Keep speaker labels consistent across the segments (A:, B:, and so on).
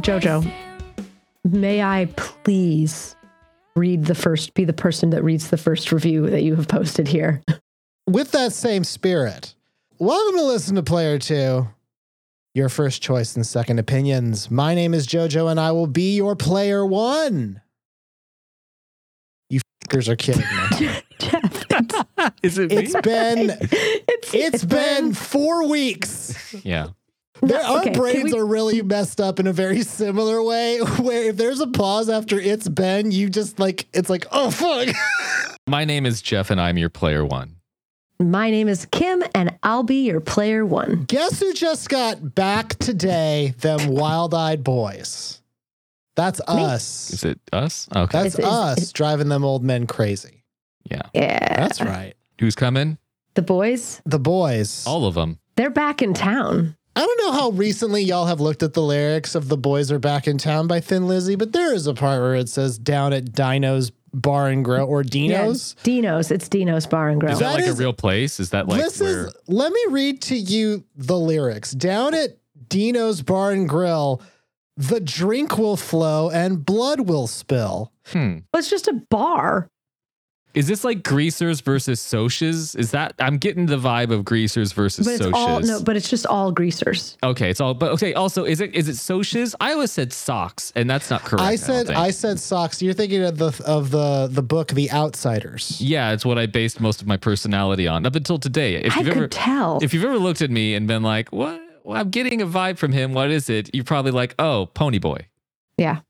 A: Jojo, may I please read the first, be the person that reads the first review that you have posted here?
B: With that same spirit, welcome to listen to Player Two, your first choice and second opinions. My name is Jojo, and I will be your player one. You fuckers are kidding me.
A: Jeff, it's,
C: Is it
B: It's been
A: it's,
B: it's been four weeks.
C: Yeah.
B: Their, our
A: okay, can
B: brains
A: we-
B: are really messed up in a very similar way. Where if there's a pause after it's been, you just like it's like oh fuck.
C: My name is Jeff, and I'm your player one.
A: My name is Kim, and I'll be your player one.
B: Guess who just got back today? Them wild-eyed boys. That's us.
C: Is it us? Okay.
A: It's-
B: That's
A: it's-
B: us driving them old men crazy.
C: yeah.
A: Yeah,
B: That's right.
C: Who's coming?
A: the boys,
B: The boys.
C: All of them.
A: they're back in town.
B: I don't know how recently y'all have looked at the lyrics of The Boys Are Back in Town by Thin Lizzy, but there is a part where it says down at Dino's Bar and Grill or Dino's.
A: Yeah, Dino's. It's Dino's Bar and Grill.
C: Is that,
B: That
C: like
B: is-
C: a real place? Is that like
B: this
C: where?
B: is let me read to you the lyrics. Down at Dino's Bar and Grill, the drink will flow and blood will spill.
C: Hmm.
A: Well, it's just a bar.
C: Is this like Greasers versus Socias? Is that I'm getting the vibe of Greasers versus
A: But it's
C: Socias?
A: all no, but it's just all greasers.
C: okay, it's all. But okay, also is it is it Socias? I always said socks, and that's not correct.
B: I
C: don't
B: said
C: think.
B: I said socks. You're thinking of the of the the book The Outsiders.
C: Yeah, it's what I based most of my personality on up until today. If
A: I
C: you've
A: could
C: ever
A: tell.
C: if you've ever looked at me and been like, "What? Well, I'm getting a vibe from him. What is it?" You're probably like, "Oh, Pony Boy."
A: yeah.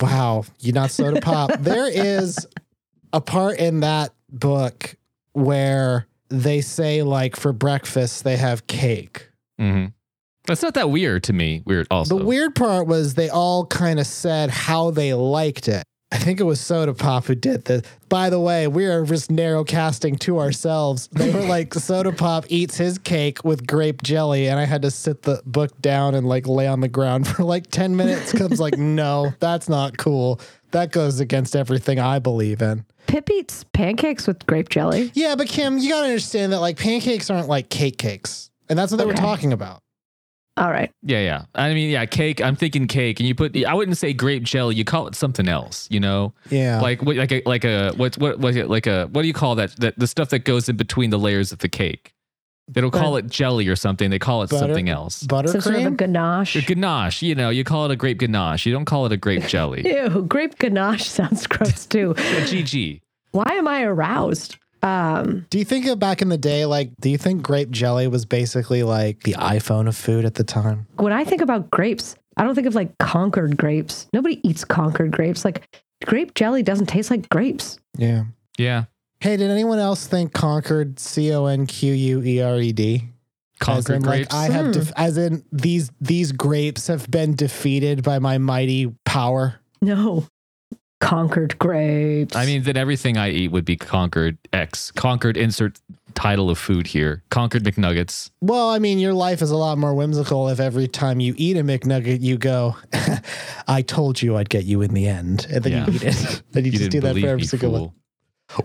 B: Wow, you not soda pop. There is a part in that book where they say like for breakfast they have cake.
C: hmm That's not that weird to me. Weird also.
B: The weird part was they all kind of said how they liked it. I think it was Soda Pop who did this. By the way, we are just narrow casting to ourselves. They were like, Soda Pop eats his cake with grape jelly, and I had to sit the book down and like lay on the ground for like 10 minutes. Comes like, no, that's not cool. That goes against everything I believe in.
A: Pip eats pancakes with grape jelly.
B: Yeah, but Kim, you got to understand that like pancakes aren't like cake cakes. And that's what they were
A: Okay.
B: talking about.
A: All right.
C: Yeah, yeah. I mean, yeah, cake. I'm thinking cake, and you put. I wouldn't say grape jelly. You call it something else. You know,
B: Yeah.
C: like what, like a like a what what was it like a what do you call that that the stuff that goes in between the layers of the cake? They don't call it jelly or something. They call it
B: Butter-
C: something else.
B: buttercream.
A: Some sort of a
C: A
A: ganache.
C: ganache, you know, you call it a grape ganache. You don't call it a grape jelly.
A: Ew, grape ganache sounds gross too.
C: a GG.
A: Why am I aroused? Um,
B: Do you think of back in the day, like, do you think grape jelly was basically like the iPhone of food at the time?
A: when I think about grapes, I don't think of like Concord grapes. Nobody eats Concord grapes. Like grape jelly doesn't taste like grapes.
B: Yeah.
C: Yeah,
B: Hey, did anyone else think Concord, C O N Q U E R E D? as in,
C: conquered grapes.
B: Like, I have,
A: Hmm.
B: def- as in, these these grapes have been defeated by my mighty power.
A: No. Concord grapes.
C: I mean, then everything I eat would be conquered X. Conquered insert title of food here. Conquered McNuggets.
B: Well, I mean, your life is a lot more whimsical if every time you eat a McNugget, you go, "I told you I'd get you in the end," and then
C: Yeah.
B: you eat it, and you,
C: You,
B: just
C: didn't
B: do that
C: believe
B: for every
C: me,
B: single one.
C: fool.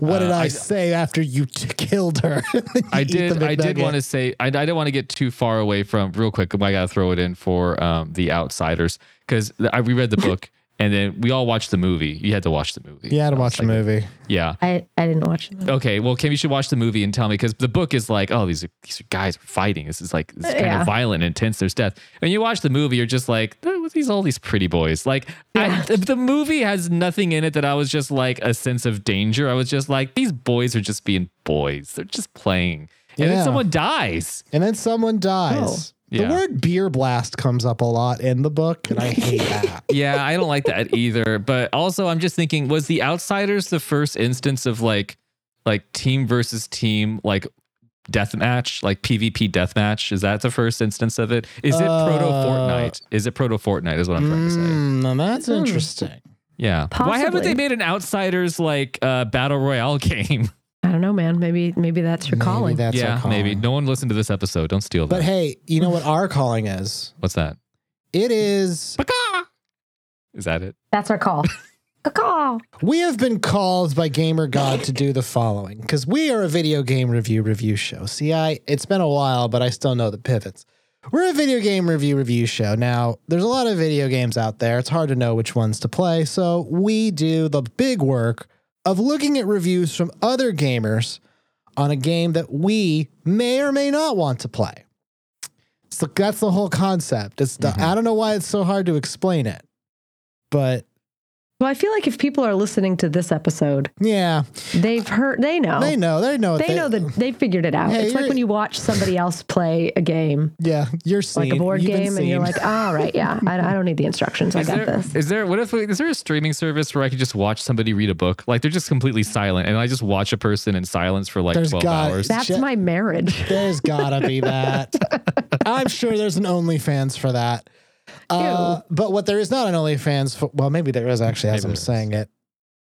B: What did
C: Uh,
B: I,
C: I-
B: say after you t- killed her?
C: I did. I did want to say. I, I didn't want to get too far away from real quick. I gotta throw it in for um, the outsiders because I reread the book and then we all watched the movie. You had to watch the movie.
B: Yeah, to
C: I was
B: watch the
C: like,
B: movie.
C: Yeah.
A: I, I didn't watch it.
C: Okay. Well, Kim, you should watch the movie and tell me because the book is like, oh, these are, these are guys fighting. This is like this is kind
A: Yeah.
C: of violent, intense. There's death. And you watch the movie, you're just like, "Eh, what's these all these pretty boys. Like, I, the, the movie has nothing in it that I was just like a sense of danger. I was just like, these boys are just being boys. They're just playing.
B: Yeah.
C: And then someone dies.
B: And then someone dies.
C: Oh, Yeah.
B: The word beer blast comes up a lot in the book, and I hate that.
C: yeah, I don't like that either. But also, I'm just thinking, was the Outsiders the first instance of like, like team versus team, like death match, like PvP death match? Is that the first instance of it? Is it proto
B: Uh,
C: Fortnite? Is it proto Fortnite? Is what I'm trying to say.
B: Mm, now that's
A: Hmm.
B: interesting.
C: Yeah. Why
A: Possibly.
C: haven't they made an Outsiders like uh, battle royale game?
A: I don't know, man. Maybe maybe that's your
B: Maybe
A: calling.
B: that's our
C: yeah,
B: calling.
C: maybe. No one listened to this episode. Don't steal that.
B: But hey, you know what our calling is?
C: What's that?
B: It is
C: Is that it?
A: that's our call. Caw-caw.
B: we have been called by Gamer God to do the following because we are a video game review review show. See, I it's been a while, but I still know the pivots. We're a video game review review show. Now, there's a lot of video games out there. It's hard to know which ones to play. So, we do the big work of looking at reviews from other gamers on a game that we may or may not want to play. So, that's the whole concept. It's the, I don't know why it's so hard to explain it, but
A: Well, I feel like if people are listening to this episode,
B: yeah,
A: they've heard, they know.
B: they know. They know.
A: They know that they figured it out.
B: Hey,
A: it's like
B: you're-
A: when you watch somebody else play a game,
B: Yeah, you're seen.
A: like a board
B: You've been
A: game, and you're
B: seen.
A: like, all right, yeah, I, I don't need the instructions. I
C: Is
A: got
C: there,
A: this.
C: is there what if is there a streaming service where I could just watch somebody read a book? Like they're just completely silent, and I just watch a person in silence for like
B: There's
C: twelve
B: got-
C: hours.
A: That's
B: Jet-
A: my marriage.
B: There's gotta be that. I'm sure there's an OnlyFans for that. Uh, but what there is not an OnlyFans for, well, maybe there is actually as I'm
C: Maybe there is.
B: saying it.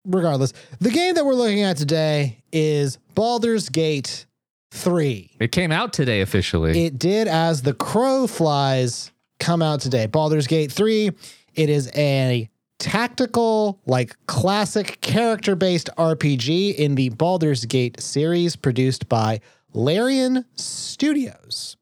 B: Regardless, the game that we're looking at today is Baldur's Gate 3.
C: It came out today officially.
B: It did as the crow flies come out today. Baldur's Gate 3. It is a tactical, like classic character based RPG in the Baldur's Gate series produced by Larian Studios.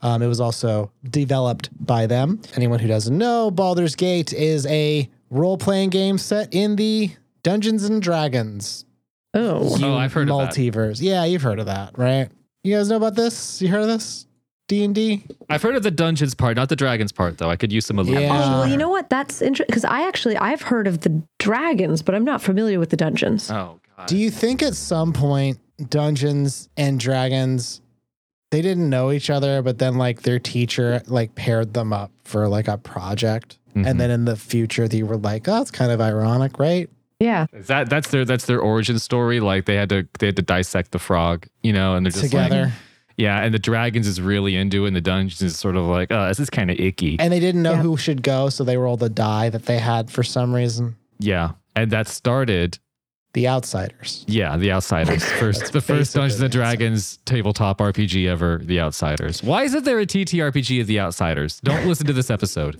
B: Um, it was also developed by them. Anyone who doesn't know, Baldur's Gate is a role playing game set in the Dungeons and Dragons
A: Oh,
C: Oh, I've heard of that.
B: multiverse. Yeah, you've heard of that, right? You guys know about this? You heard of this? D and D.
C: I've heard of the dungeons part, not the dragons part though. I could use some of
B: Yeah.
A: Oh,
C: that.
A: well, you know what? That's interesting because I actually I've heard of the dragons, but I'm not familiar with the dungeons.
C: Oh god.
B: Do you think at some point Dungeons and Dragons they didn't know each other, but then like their teacher like paired them up for like a project,
C: Mm-hmm.
B: and then in the future they were like, oh, it's kind of ironic, right?
A: yeah,
C: Is that that's their that's their origin story? Like they had to they had to dissect the frog, you know, and they're just like,
B: Together,
C: yeah. And the dragons is really into it, and the dungeons is sort of like, oh, this is kind of icky.
B: and they didn't know
A: Yeah.
B: who should go, so they rolled a die that they had for some reason.
C: yeah, and that started
B: The outsiders.
C: Yeah, The Outsiders. First, the first
B: basically
C: Dungeons and
B: The Outsiders.
C: Dragons tabletop RPG ever, The Outsiders. Why isn't there a TTRPG of The Outsiders? Don't listen to this episode.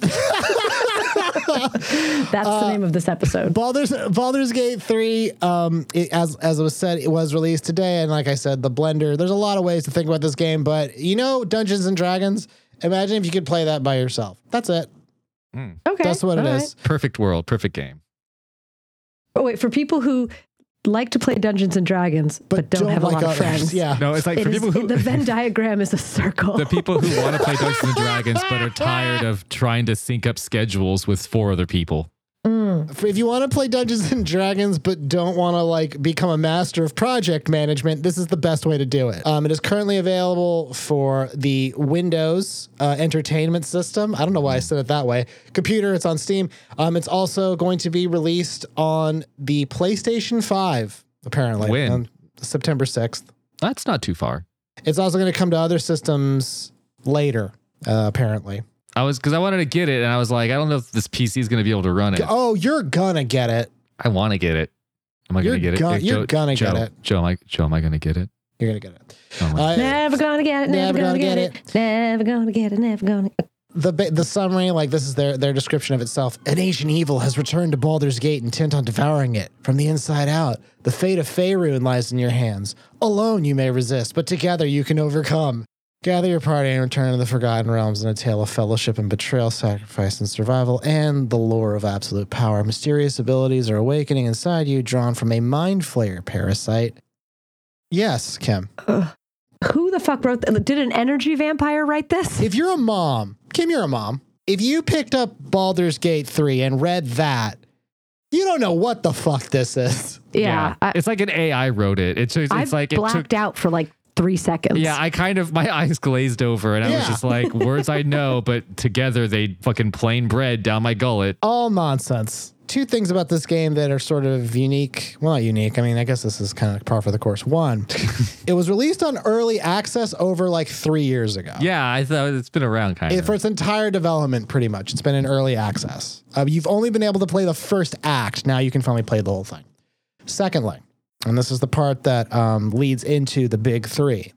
A: that's the name of this episode.
B: Baldur's Baldur's Gate three. Um, it, as as it was said, it was released today, and like I said, the blender. There's a lot of ways to think about this game, but you know, Dungeons and Dragons. Imagine if you could play that by yourself. That's it.
A: Okay,
B: That's what it
A: all
B: is.
A: right.
C: perfect world, perfect game.
A: Oh wait, for people who like to play Dungeons and Dragons but, don't, have a lot of
B: others.
A: friends.
B: Yeah.
C: No, it's like
A: It
C: for
A: is,
C: people who
A: the Venn diagram is a circle.
C: the people who want to play Dungeons and Dragons but are tired of trying to sync up schedules with four other people.
B: If if you want to play Dungeons and Dragons but don't want to like become a master of project management, this is the best way to do it. Um, it is currently available for the Windows uh, Entertainment System. I don't know why I said it that way. Computer, it's on Steam. Um, it's also going to be released on the PlayStation Five apparently
C: When?
B: on September sixth.
C: That's not too far.
B: It's also going to come to other systems later. Uh, apparently.
C: I was because I wanted to get it, and I was like, I don't know if this PC is going to be able to run it.
B: Oh, you're gonna get it.
C: I want to get it. Am I
B: You're
C: going to get it?
B: gon-
C: Joe-
B: you're gonna
C: Joe,
B: get it.
C: Joe, am I, Joe, am I going to get it?
B: You're gonna get it.
C: Oh my
B: Uh,
A: never gonna get it. Never, gonna, get, it. Never gonna get it. Never gonna.
B: the ba- the summary, like this is their their description of itself. An ancient evil has returned to Baldur's Gate, intent on devouring it from the inside out. The fate of Faerun lies in your hands. Alone you may resist, but together you can overcome. Gather your party and return to the Forgotten Realms in a tale of fellowship and betrayal, sacrifice and survival, and the lore of absolute power. Mysterious abilities are awakening inside you, drawn from a mind flayer parasite. Yes, Kim.
A: Who the fuck wrote? Th- Did an energy vampire write this?
B: If you're a mom, Kim, you're a mom. If you picked up Baldur's Gate 3 and read that, you don't know what the fuck this is.
A: yeah, I,
C: it's like an AI wrote it. It's it's,
A: I
C: it's like it
A: blacked
C: took.
A: out for like three seconds.
C: Yeah, I kind of my eyes glazed over, and I was
B: Yeah.
C: just like, words I know, but together they fucking plain bread down my gullet.
B: All nonsense. Two things about this game that are sort of unique. Well, not unique. I mean, I guess this is kind of par for the course. One, it was released on early access over like three years ago.
C: Yeah, I thought it's been around kind
B: It,
C: of.
B: for its entire development, pretty much, it's been in early access. Uh, you've only been able to play the first act. Now you can finally play the whole thing. Secondly, and this is the part that um, leads into the big three.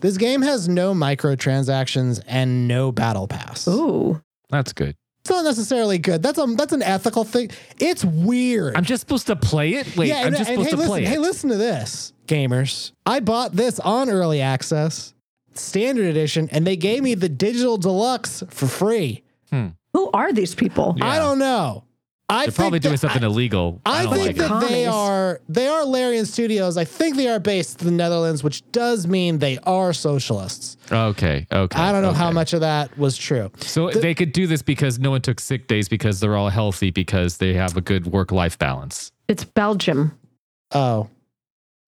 B: This game has no microtransactions and no battle pass.
A: Ooh.
C: That's good.
B: It's not necessarily good. That's a that's an ethical thing. It's weird.
C: I'm just supposed to play it. Wait, I'm
B: and-
C: just
B: and
C: supposed
B: hey,
C: to
B: listen,
C: play
B: Hey,
C: it.
B: listen to this, gamers. I bought this on early access. standard edition, and they gave me the digital deluxe for free.
A: Who are these people?
C: Yeah.
B: I don't know. I
C: They're probably
B: think that-
C: doing something illegal.
B: I,
C: I, don't
B: think
C: like
B: that
C: it.
B: they
A: Commies.
B: are they are Larian Studios. I think they are based in the Netherlands, which does mean they are socialists.
C: Okay. Okay.
B: I don't know how
C: okay.
B: much of that was true.
C: So they could do this because no one took sick days because they're all healthy because they have a good work life balance.
A: It's Belgium.
B: Oh.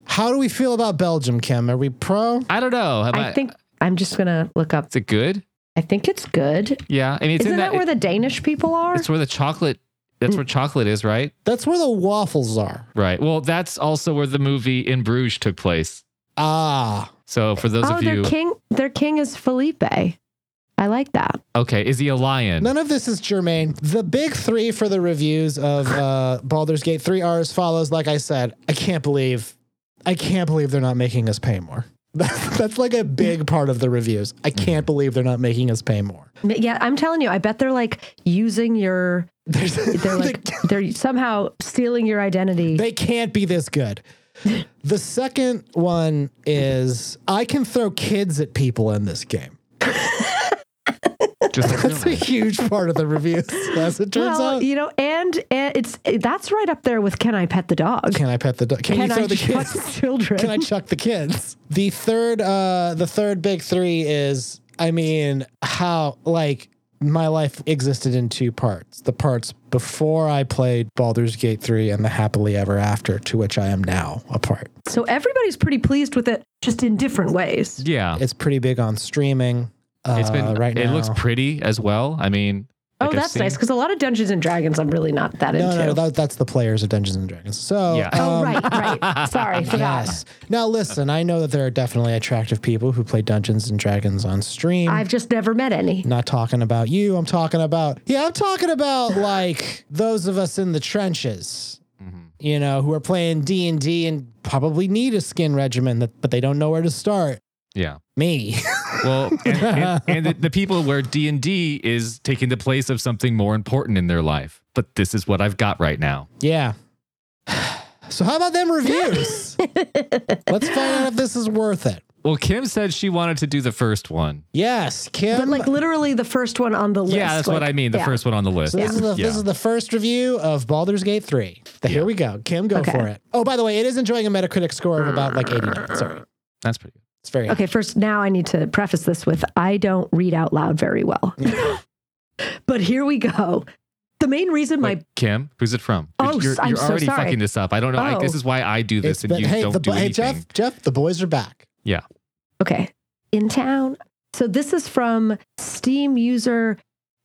B: How do we feel about Belgium, Kim? Are we pro?
C: I don't know. Am
A: I think I'm just gonna look up.
C: is it good.
A: I think it's good.
C: Yeah, I mean it's
A: Isn't
C: in
A: that,
C: that.
A: where the Danish people are?
C: it's where the chocolate.
B: Hmm.
C: That's where chocolate is, right?
B: That's where the waffles are.
C: Right. Well, that's also where the movie In Bruges took place.
B: Ah.
C: So for those
A: oh,
C: of
A: their
C: you,
A: king. Their king is Felipe. I like that.
C: okay, is he a lion?
B: None of this is germane. The big three for the reviews of uh, Baldur's Gate 3 are as follows. Like I said, I can't believe, I can't believe they're not making us pay more. That's like a big part of the reviews. I can't believe they're not making us pay more.
A: Yeah, I'm telling you. I bet they're like using your.
B: There's-
A: They're like they're somehow stealing your identity.
B: they can't be this good. The second one is I can throw kids at people in this game.
C: Just
B: That's a huge part of the reviews, as it turns
A: well,
B: out.
A: you know, and, and it's that's right up there with can I pet the dog?
B: Can I pet the dog? Can,
A: Can
B: you throw
A: I
B: the
A: chuck
B: kids?
A: the children?
B: Can I chuck the kids? The third, uh, the third big three is, I mean, how like my life existed in two parts: the parts before I played Baldur's Gate three and the happily ever after, to which I am now a part.
A: so everybody's pretty pleased with it, just in different ways.
C: yeah.
B: It's pretty big on streaming. Uh,
C: It's been
B: right
C: It
B: now.
C: looks pretty as well. I mean,
A: Oh,
C: like I've
A: that's
C: seen-
A: nice because a lot of Dungeons and Dragons I'm really not that
B: No,
A: into.
B: no, no that, that's the players of Dungeons and Dragons. So,
C: Yeah.
A: oh,
B: um,
A: right, right. Sorry, forgot.
B: Yes. Now, listen, I know that there are definitely attractive people who play Dungeons and Dragons on stream.
A: I've just never met any.
B: not talking about you. I'm talking about, yeah, I'm talking about like those of us in the trenches,
A: Mm-hmm.
B: you know, who are playing D&D and probably need a skin regimen, that, but they don't know where to start.
C: Yeah.
B: Me.
C: Well, and, and, and the, the people where D and D is taking the place of something more important in their life. But this is what I've got right now.
B: yeah. So how about them reviews? Let's find out if this is worth it.
C: Well, Kim said she wanted to do the first one.
B: Yes,
A: But
B: Kim.
A: like literally the first one on the list.
C: yeah, that's what
A: like-
C: I mean. The
A: yeah.
C: first one on the list.
B: So this is the
C: Yeah.
B: this is the first review of Baldur's Gate 3. The- Here we go. Kim, go
A: Okay. Mm.
B: for it. Oh, by the way, it is enjoying a Metacritic score of about like 89. Sorry.
C: That's pretty good.
B: It's very
A: Okay, first now I need to preface this with I don't read out loud very well. but here we go. The main reason my
C: Wait, Kim, who's it from?
A: Oh,
C: you're,
A: s- I'm
C: you're
A: so
C: already
A: sorry.
C: fucking this up. I don't know. I, this
A: Oh.
C: is why I do this
B: It's
C: and
B: been-
C: you
B: hey,
C: don't
B: the,
C: do
B: bo- hey,
C: anything.
B: Jeff, Jeff, the boys are back.
C: Yeah.
A: Okay. In town. So this is from Steam user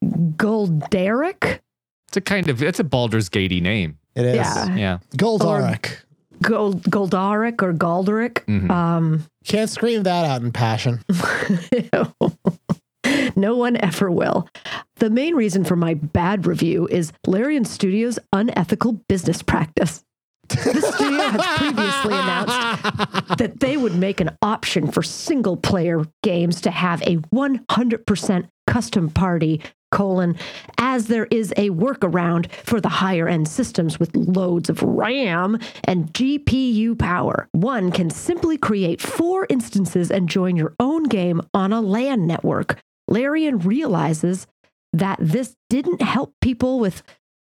A: Golderic.
C: It's a kind of it's a Baldur's Gatey name.
B: It is.
A: Yeah.
C: Yeah.
B: Goldarek.
A: Gold Goldaric or Golderic.
C: Mhm.
A: Um
B: Can't scream that out in passion.
A: no one ever will. The main reason for my bad review is Larian Studios' unethical business practice. The studio has previously announced that they would make an option for single player games to have a 100% custom party colon as there is a workaround for the higher end systems with loads of ram and gpu power one can simply create four instances and join your own game on a lan network larian realizes that this didn't help people with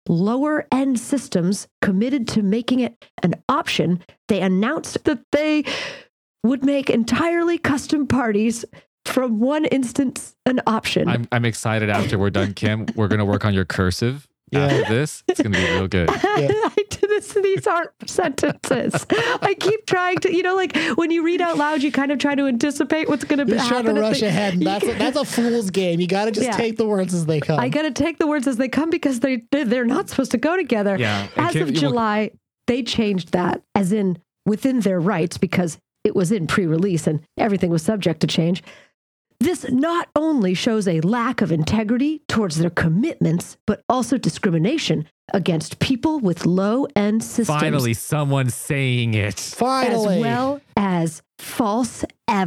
A: lower end systems committed to making it an option, they announced that they would make entirely custom parties from one instance an option.
C: I'm I'm excited after we're done, Kim. We're gonna work on your cursive after this. It's gonna be real good.
A: I did this, these aren't sentences. I keep trying to, you know, like when you read out loud, you kind of try to anticipate what's going to be
B: You're trying to
A: happen. at
B: rush
A: the-
B: ahead, and
A: you
B: that's a,
A: can-
B: that's a fool's game. You got to just
A: Yeah.
B: take the words as they come.
A: I got to take the words as they come because they they're they're not supposed to go together.
C: Yeah, and
A: As
C: Kim,
A: of
C: you will-
A: July, they changed that as in within their rights because it was in pre-release and everything was subject to change. This not only shows a lack of integrity towards their commitments, but also discrimination against people with low-end systems
C: Finally, someone's saying it.
B: Finally.
A: as well as false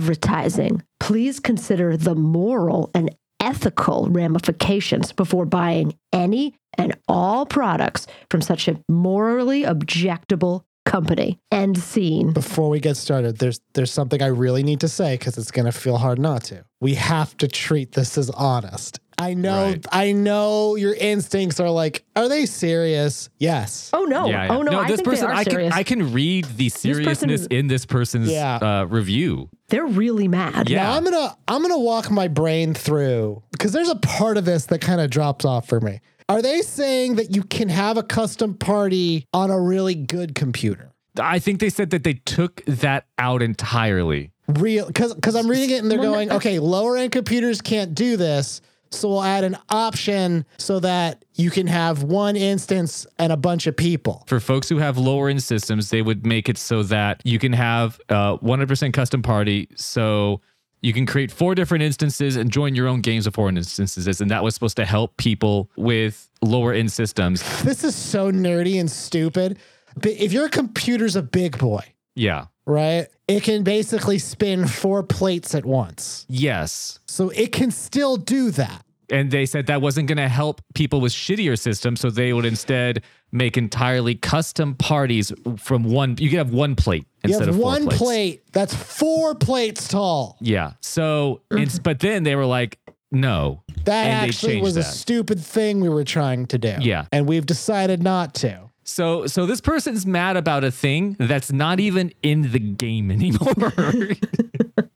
A: advertising. Please consider the moral and ethical ramifications before buying any and all products from such a morally objectable company. End scene.
B: Before we get started, there's there's something I really need to say because it's gonna feel hard not to. We have to treat this as honest. I know
C: Right.
B: I know your instincts are like, are they serious? Yes.
A: Oh no!
C: Yeah, yeah.
A: Oh no! I
C: this
A: think
C: person,
A: they are
C: I can,
A: serious.
C: I can read the
A: person
C: seriousness
A: is-
C: in this person's
B: Yeah.
C: uh, review.
A: They're really mad.
C: Yeah.
B: Now I'm gonna I'm gonna walk my brain through because there's a part of this that kind of drops off for me. Are they saying that you can have a custom party on a really good computer?
C: I think they said that they took that out entirely.
B: Real because because I'm reading it and they're going, okay, lower end computers can't do this, so we'll add an option so that you can have one instance and a bunch of people.
C: For folks who have lower end systems, they would make it so that you can have uh, 100% custom party. So you can create four different instances and join your own games of foreign instances. And that was supposed to help people with lower end systems.
B: This is so nerdy and stupid. But if your computer's a big boy,
C: Yeah.
B: right, it can basically spin four plates at once.
C: Yes.
B: So it can still do that.
C: And they said that wasn't going to help people with shittier systems. So they would instead make entirely custom parties from one. You could have one plate
B: You have
C: instead of four
B: one
C: plates.
B: plate that's four plates tall.
C: Yeah. So it's, but then they were like, no.
B: That
C: And they
B: actually
C: changed
B: was a
C: that.
B: stupid thing we were trying to do.
C: Yeah.
B: And we've decided not to.
C: So so this person's mad about a thing that's not even in the game anymore.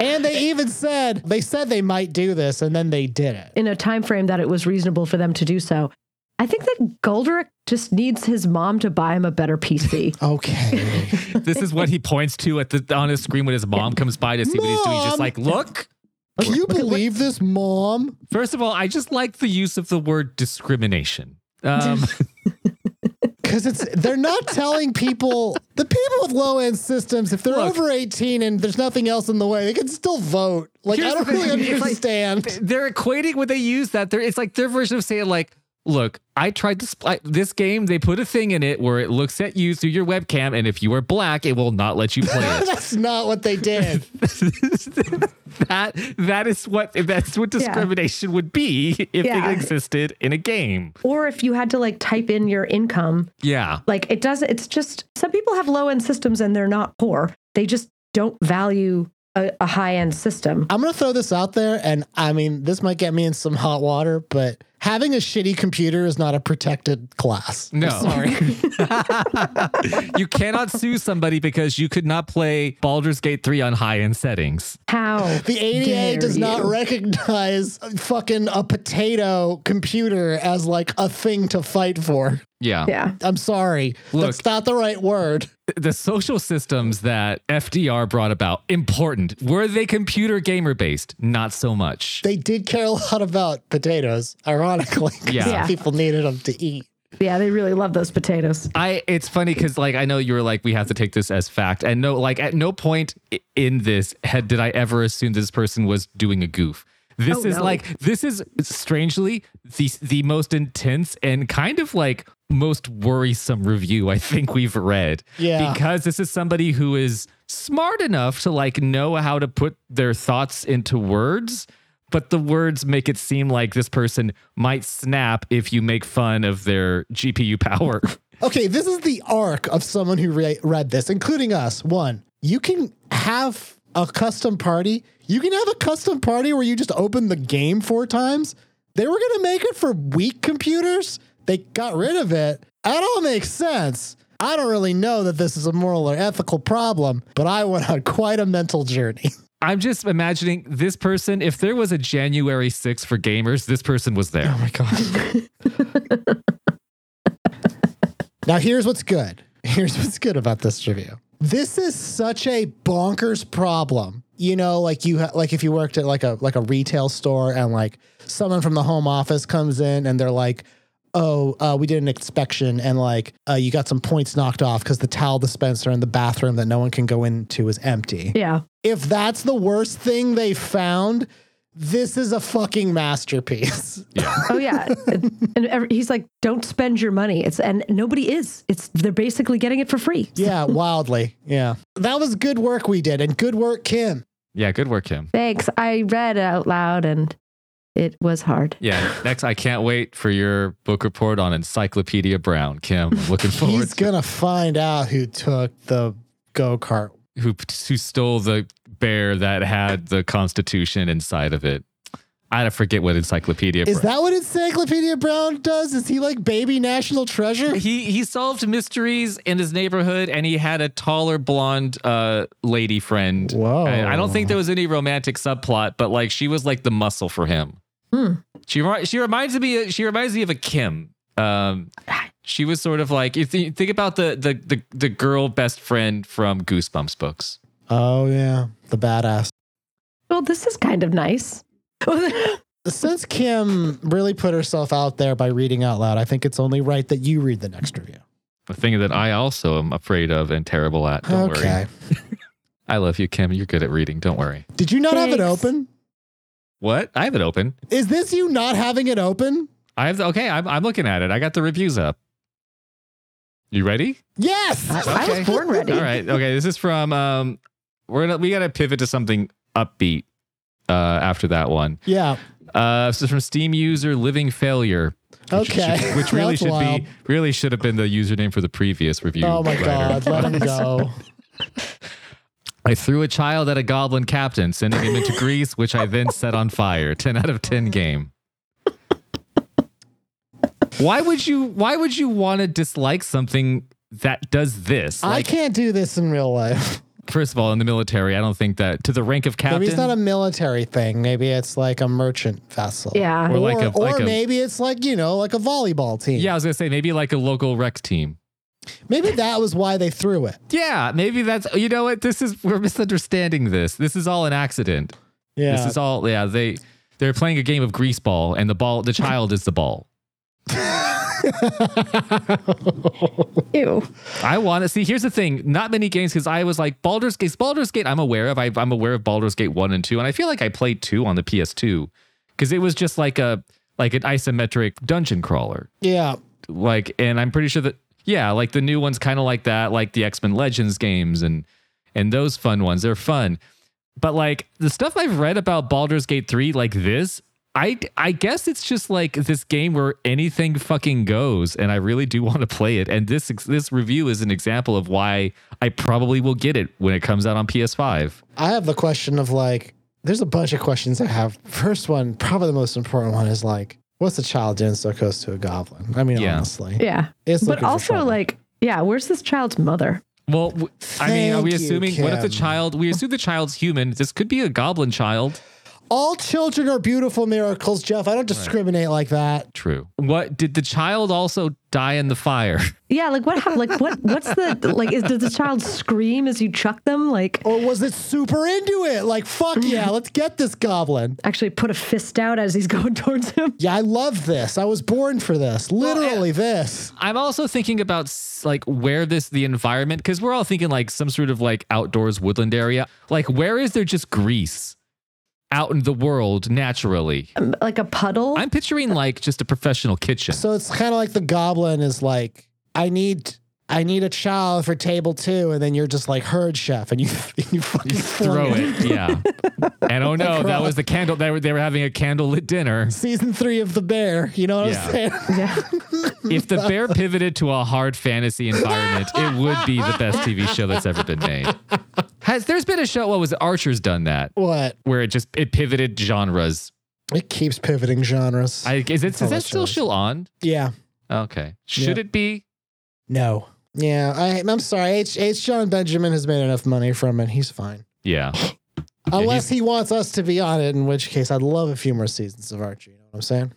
B: And they even said they said they might do this and then they did it.
A: in a time frame that it was reasonable for them to do so. I think that Goldrick just needs his mom to buy him a better PC.
B: Okay.
C: this is what he points to at the on his screen when his mom comes by to see what he's doing. He's just
B: Mom!
C: like, look.
B: Can you believe this, mom?
C: First of all, I just like the use of the word discrimination. Um,
B: Because it's they're not telling people the people with low end systems, if they're
C: Look.
B: over 18 and there's nothing else in the way, they can still vote. Like
C: Here's
B: I don't
C: the thing.
B: really
C: It's like-
B: understand.
C: they're equating when they use that. They're, it's like their version of saying like, look, I tried to spl- this game. They put a thing in it where it looks at you through your webcam, and if you are black, it will not let you play it.
B: That's not what they did.
C: that that is what that's what discrimination would be if
A: Yeah.
C: it existed in a game.
A: or if you had to like type in your income,
C: Yeah.
A: like it doesn't, it's just some people have low end systems and they're not poor. They just don't value a, a high end system.
B: I'm gonna throw this out there, and I mean, this might get me in some hot water, but having a shitty computer is not a protected class.
C: No.
B: I'm sorry.
C: you cannot sue somebody because you could not play Baldur's Gate 3 on high end settings.
A: How?
B: The ADA
A: dare
B: does not
A: you.
B: recognize fucking a potato computer as like a thing to fight for.
C: Yeah.
A: Yeah.
B: I'm sorry.
C: Look.
B: That's not the right word.
C: The social systems that FDR brought about, important. Were they computer gamer based? Not so much.
B: They did care a lot about potatoes, ironically, 'cause
C: Yeah.
A: Yeah.
B: people needed them to eat.
A: Yeah. They really love those potatoes.
C: I it's funny because like I know you were like we have to take this as fact and no like at no point i- in this had did I ever assume this person was doing a goof. This
A: Oh,
C: is
A: no.
C: like this is strangely the the most intense and kind of like most worrisome review I think we've read.
B: Yeah.
C: because this is somebody who is smart enough to like know how to put their thoughts into words. But the words make it seem like this person might snap if you make fun of their GPU power.
B: Okay, this is the arc of someone who re- read this, including us. One, you can have a custom party. You can have a custom party where you just open the game four times. They were going to make it for weak computers. They got rid of it. That all makes sense. I don't really know that this is a moral or ethical problem, but I went on quite a mental journey.
C: I'm just imagining this person. If there was a January 6th for gamers, this person was there.
B: my God. now, here's what's good. Here's what's good about this review. This is such a bonkers problem. You know, like you ha- like if you worked at like a like a retail store and like someone from the home office comes in and they're like, "Oh, uh, we did an inspection and like uh, you got some points knocked off because the towel dispenser in the bathroom that no one can go into is empty."
A: Yeah.
B: If that's the worst thing they found, this is a fucking masterpiece.
A: Oh yeah. and every, he's like, don't spend your money. It's, and nobody is. It's, they're basically getting it for free.
B: Yeah, wildly. Yeah. That was good work we did and good work, Kim.
C: Yeah, good work, Kim.
A: Thanks. I read out loud and It was hard.
C: Yeah. Next, I can't wait for your book report on Encyclopedia Brown, Kim. I'm looking forward
B: He's
C: to
B: gonna find out who took the go kart.
C: who who stole the bear that had the Constitution inside of it. I forget what Encyclopedia
B: Is
C: Brown.
B: that what Encyclopedia Brown does? Is he like baby national treasure?
C: he he solved mysteries in his neighborhood and he had a taller blonde uh lady friend
B: Whoa.
C: I, I don't
B: Oh.
C: think there was any romantic subplot but like she was like the muscle for him
A: Hmm.
C: she re- she reminds me she reminds me of a kim um she was sort of like you thi- think about the, the the the girl best friend from goosebumps books
B: Oh yeah, the badass.
A: Well, this is kind of nice.
B: Since Kim really put herself out there by reading out loud, I think it's only right that you read the next review.
C: the thing that i also am afraid of and terrible at don't
B: okay.
C: worry i love you kim you're good at reading don't worry
B: Did you not have it
A: Thanks.
B: open?
C: what i have it open
B: Is this you not having it open?
C: i have the, okay I'm, I'm looking at it i got the reviews up you ready
B: Yes.
A: I, I was born ready.
C: All right. Okay. This is from um we're gonna we gotta pivot to something upbeat uh after that one.
B: Yeah.
C: Uh this is from Steam user Living Failure. Which should-
B: Okay.
C: which really
B: That's
C: should
B: wild.
C: be really should have been the username for the previous review.
B: Oh my
C: writer.
B: god, let him go.
C: I threw a child at a goblin captain, sending him into Greece, which I then set on fire. Ten out of ten game. Why would you why would you want to dislike something that does this?
B: I
C: Like,
B: can't do this in real life.
C: first of all, in the military, I don't think that to the rank of captain.
B: Maybe it's not a military thing. Maybe it's like a merchant vessel.
A: Yeah.
C: Or
B: Or,
C: like a-
B: or
C: like a-
B: maybe it's like, you know, like a volleyball team.
C: Yeah, I was gonna say maybe like a local rec team.
B: Maybe that was why they threw it.
C: Yeah, maybe that's you know what this is. We're misunderstanding this. This is all an accident.
B: Yeah.
C: This is all yeah. They they're playing a game of grease ball, and the ball the child is the ball.
A: Ew.
C: I want to see. Here's the thing: not many games because I was like Baldur's Gate. Baldur's Gate, I'm aware of. I, I'm aware of Baldur's Gate one and two, and I feel like I played two on the PS2 because it was just like a like an isometric dungeon crawler.
B: yeah.
C: like and i'm pretty sure that yeah like the new ones kind of like that like the x-men legends games and and those fun ones they're fun but like the stuff i've read about baldur's gate 3 like this i i guess it's just like this game where anything fucking goes and i really do want to play it and this this review is an example of why i probably will get it when it comes out on ps5
B: I have the question of like, there's a bunch of questions I have. First one, probably the most important one is like, what's a child doing so close to a goblin? I mean,
C: Yeah.
B: honestly.
A: Yeah.
B: It's
A: But
B: looking for
A: also,
B: trouble.
A: like, yeah, where's this child's mother?
C: well w- i mean are
B: Thank
C: we
B: you,
C: assuming what if the
B: Kim.
C: child we assume the child's human this could be a goblin child
B: all children are beautiful miracles, Jeff. I don't discriminate like that.
C: True. What did the child also die in the fire?
A: Yeah, like what? hap- Like what? What's the like? Is does the child scream as you chuck them? Like
B: Or was it super into it? Like, fuck yeah, let's get this goblin.
A: actually put a fist out as he's going towards him.
B: Yeah, I love this. I was born for this. Literally this.
C: I'm also thinking about s- like where this the environment because we're all thinking like some sort of like outdoors woodland area. Like where is there just grease out in the world naturally?
A: Um, Like a puddle.
C: I'm picturing like just a professional kitchen.
B: So it's kind of like the goblin is like, I need I need a child for table two, and then you're just like herd chef, and you you fucking flung
C: Throw it, yeah. And oh no, that was the candle. They were they were having a candlelit dinner.
B: Season three of the bear. You know what
C: Yeah.
B: I'm saying?
A: yeah.
C: If the bear pivoted to a hard fantasy environment, it would be the best TV show that's ever been made. Has there's been a show? What was it? Archer's done that?
B: What?
C: where it just it pivoted genres.
B: It keeps pivoting genres.
C: I, is it is that still
B: Apologize.
C: still on?
B: yeah.
C: Okay, should
B: Yeah.
C: it be?
B: No. Yeah. I, I'm sorry. H. H. John Benjamin has made enough money from it. He's fine.
C: Yeah,
B: Unless he wants us to be on it, in which case I'd love a few more seasons of Archie. You know what I'm saying?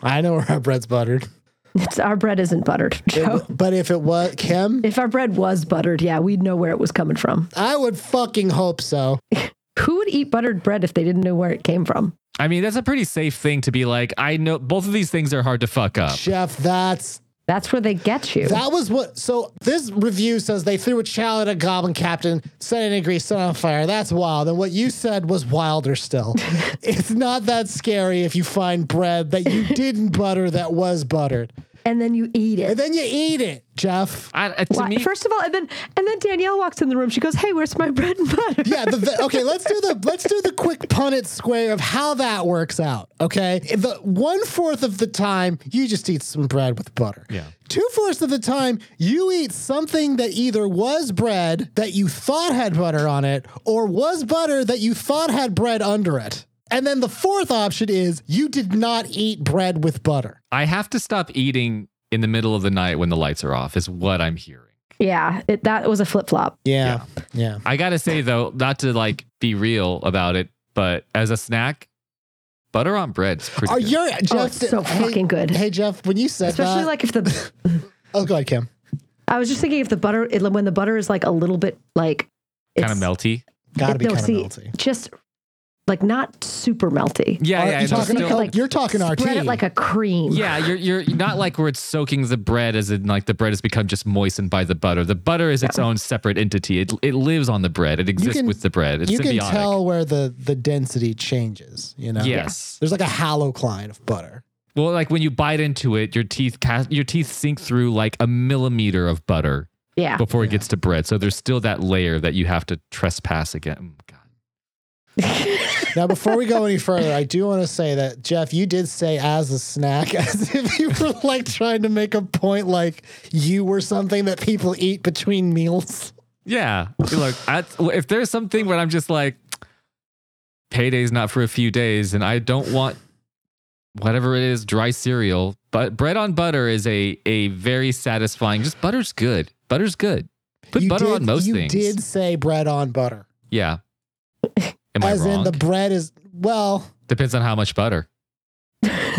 B: I know where our bread's buttered.
A: It's, our bread isn't buttered,
B: It
A: Joe.
B: w- but if it was Kim,
A: If our bread was buttered, yeah, we'd know where it was coming from.
B: I would fucking hope so.
A: Who would eat buttered bread if they didn't know where it came from?
C: I mean that's a pretty safe thing to be like. I know both of these things are hard to fuck up.
B: Jeff, that's
A: That's where they get you.
B: that was what so this review says they threw a child at a goblin captain, set it in grease, set it on fire. That's wild. And what you said was wilder still. it's not that scary if you find bread that you didn't butter that was buttered.
A: and then you eat it.
B: And then you eat it, Jeff.
C: I, uh, to
A: Why-
C: me,
A: First of all, and then and then Danielle walks in the room. She goes, "Hey, where's my bread and butter?"
B: Yeah, the, the, okay, let's do the let's do the quick Punnett square of how that works out. Okay. The one fourth of the time you just eat some bread with butter.
C: Yeah.
B: Two fourths of the time you eat something that either was bread that you thought had butter on it or was butter that you thought had bread under it. And then the fourth option is you did not eat bread with butter.
C: I have to stop eating in the middle of the night when the lights are off, is what I'm hearing.
A: Yeah, it, that was a flip flop.
B: Yeah. Yeah.
C: I gotta say though, not to like be real about it, but as a snack, butter on bread's pretty.
B: Are
C: good.
B: your Jeff
A: Oh, it's so
B: hey-
A: fucking good.
B: Hey Jeff, when you said
A: Especially
B: that,
A: like if the
B: oh go ahead, Kim.
A: I was just thinking if the butter it, when the butter is like a little bit like
C: kind of
A: it's-
C: melty?
B: Gotta
A: it-
B: be
A: no,
B: kind of
A: see,
B: melty.
A: Just like not super melty.
C: Yeah,
B: Are-
C: yeah.
B: you
C: no,
B: talking
C: still-
B: about- you're talking RT.
A: Spread it like a cream.
C: yeah, you're you're not like where it's soaking the bread as in like the bread has become just moistened by the butter. The butter is its own separate entity. It it lives on the bread. It exists
B: can-
C: with the bread. It's
B: you
C: symbiotic.
B: can tell where the the density changes. You know,
C: yes.
B: there's like a halocline of butter.
C: Well, like when you bite into it, your teeth cast, your teeth sink through like a millimeter of butter
A: yeah.
C: before it gets to bread. So there's still that layer that you have to trespass again. Oh, God.
B: Now, before we go any further, I do want to say that Jeff, you did say as a snack, as if you were like trying to make a point, like you were something that people eat between meals.
C: Yeah. Look, I, if there's something where I'm just like, payday's not for a few days, and I don't want whatever it is, dry cereal, but bread on butter is a a very satisfying. Just butter's good. Butter's good. Put
B: you
C: butter
B: did,
C: on most
B: you
C: things.
B: did say bread on butter,
C: Yeah. Am I
B: as
C: wrong?
B: in the bread is well.
C: Depends on how much butter.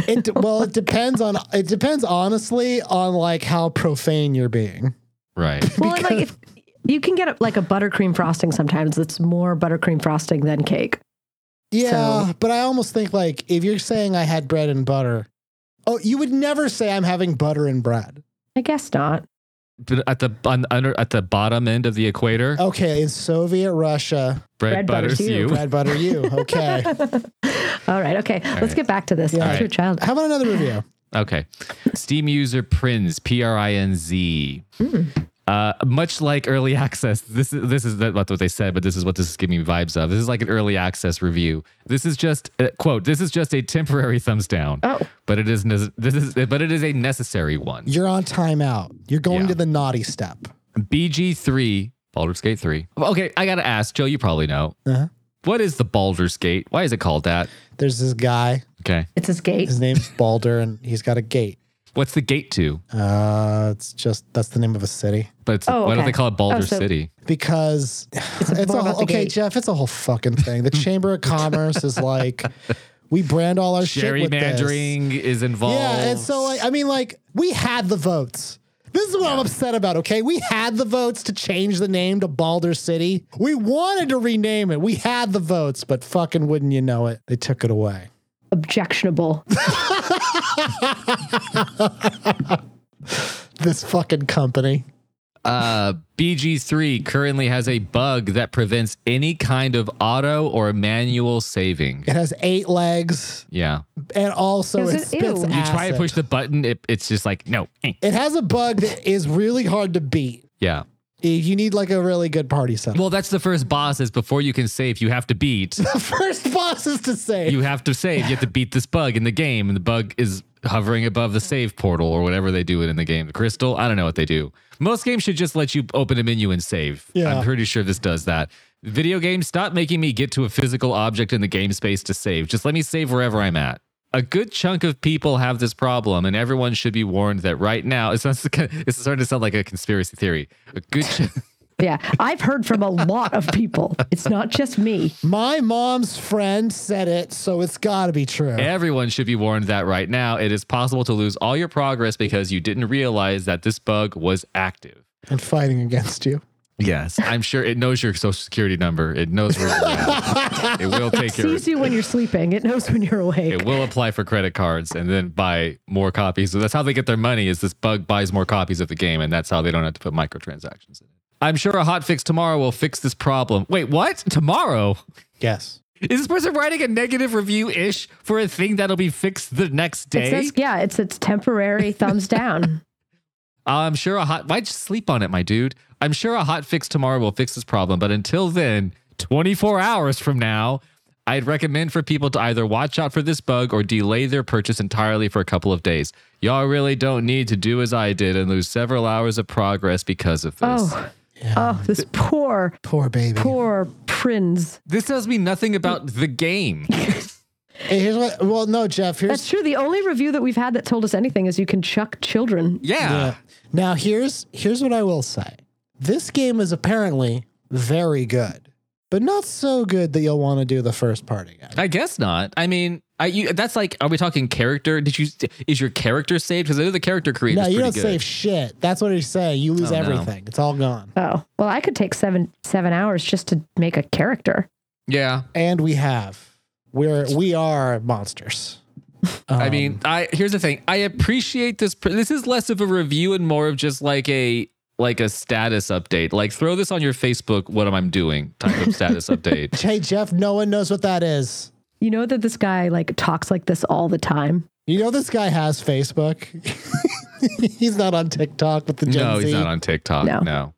B: It de- well, it depends on it depends honestly on like how profane you're being.
C: Right.
A: Well, and, like if you can get a, like a buttercream frosting sometimes that's more buttercream frosting than cake.
B: Yeah,
A: So-
B: but I almost think like if you're saying I had bread and butter, oh, you would never say I'm having butter and bread.
A: I guess not.
C: But at the on, under at the bottom end of the equator,
B: Okay, in Soviet Russia,
C: bread,
A: bread butters
C: butters,
A: you.
C: you.
B: Oh, bread butter you. Okay.
A: All right. Okay. Let's
C: right.
A: get back to this.
B: Yeah.
A: That's
C: All
A: your
C: right.
A: child.
B: How about another review?
C: Okay. Steam user Prinz, P R I N Z.
A: Hmm.
C: Uh, much like early access, this is this is not what they said, but this is what this is giving me vibes of. This is like an early access review. This is just uh, quote. This is just a temporary thumbs down.
A: Oh.
C: but it is ne- this is but it is a necessary one.
B: You're on timeout. You're going
C: Yeah.
B: to the naughty step.
C: BG three, Baldur's Gate three. Okay, I gotta ask Joe. You probably know
B: Uh-huh.
C: what is the Baldur's Gate? Why is it called that?
B: There's this guy.
C: Okay,
A: It's his gate.
B: His name's Balder, and he's got a gate.
C: what's the gate to?
B: Uh, it's just that's the name of a city.
C: But it's,
A: Oh,
C: why don't
A: okay.
C: they call it Baldur
A: so-
C: City?
B: because it's a,
A: more about
B: whole,
A: the
B: okay,
A: gate.
B: Jeff. It's a whole fucking thing. The Chamber of Commerce is like we brand all our shit with this.
C: Gerrymandering is involved.
B: Yeah, and so like I mean, like we had the votes. This is what I'm upset about. Okay, we had the votes to change the name to Balder City. We wanted to rename it. We had the votes, but fucking wouldn't you know it, they took it away.
A: Objectionable.
B: This fucking company.
C: Uh, BG3 currently has a bug that prevents any kind of auto or manual saving.
B: It has eight legs,
C: Yeah.
B: and also
A: Is
B: it,
A: it-
B: spits
A: ew. You
B: acid.
C: You try to push the button, it, it's just like, no. eh.
B: It has a bug that is really hard to beat.
C: Yeah.
B: You need like a really good party setup.
C: Well, that's the first boss is before you can save, you have to beat.
B: the first boss is to say
C: You have to save. You have to beat this bug in the game, and the bug is hovering above the save portal or whatever they do it in the game. The crystal, I don't know what they do. Most games should just let you open a menu and save.
B: Yeah.
C: I'm pretty sure this does that. Video games, stop making me get to a physical object in the game space to save. Just let me save wherever I'm at. A good chunk of people have this problem, and everyone should be warned that right now. It sounds. It's starting to sound like a conspiracy theory. A good. Ch-
A: yeah. I've heard from a lot of people. It's not just me.
B: my mom's friend said it, so it's got to be true.
C: Everyone should be warned that right now it is possible to lose all your progress because you didn't realize that this bug was active.
B: and fighting against you.
C: Yes, I'm sure it knows your social security number. It knows where you're at. It will take your.
A: Sees you when you're sleeping. It knows when you're awake.
C: It will apply for credit cards and then buy more copies. So that's how they get their money. Is this bug buys more copies of the game, and that's how they don't have to put microtransactions in it. I'm sure a hot fix tomorrow will fix this problem. Wait, what? Tomorrow?
B: Yes.
C: Is this person writing a negative review ish for a thing that'll be fixed the next
A: It
C: day?
A: says, yeah, it's it's temporary thumbs down.
C: I'm sure a hot. Why'd you sleep on it, my dude? I'm sure a hot fix tomorrow will fix this problem. But until then, 24 hours from now, I'd recommend for people to either watch out for this bug or delay their purchase entirely for a couple of days. Y'all really don't need to do as I did and lose several hours of progress because of this.
A: Oh, oh, this poor,
B: Poor baby.
A: poor Prince.
C: This tells me nothing about the game.
B: Hey, here's what, well, no, Jeff. Here's
A: That's true. The only review that we've had that told us anything is you can chuck children.
C: yeah.
B: Yeah. Now here's here's what I will say. This game is apparently very good, but not so good that you'll want to do the first part again.
C: I guess not. I mean, I you, that's like, are we talking character? Did you is your character saved? Because I know the character creator.
B: no, you don't
C: good.
B: save shit. That's what he's saying. You lose
C: Oh, no.
B: everything. It's all gone.
A: Oh, well, I could take seven seven hours just to make a character.
C: Yeah,
B: And we have. We're we are monsters.
C: I
B: Um,
C: mean, I here's the thing. I appreciate this. pr- This is less of a review and more of just like a like a status update. Like throw this on your Facebook. What am I doing? Type of status update.
B: Um, Hey Jeff, no one knows what that is.
A: You know that this guy like talks like this all the time.
B: You know this guy has Facebook. he's not on TikTok with the Gen
C: no,
B: Z.
C: he's not on TikTok.
A: No.
C: No.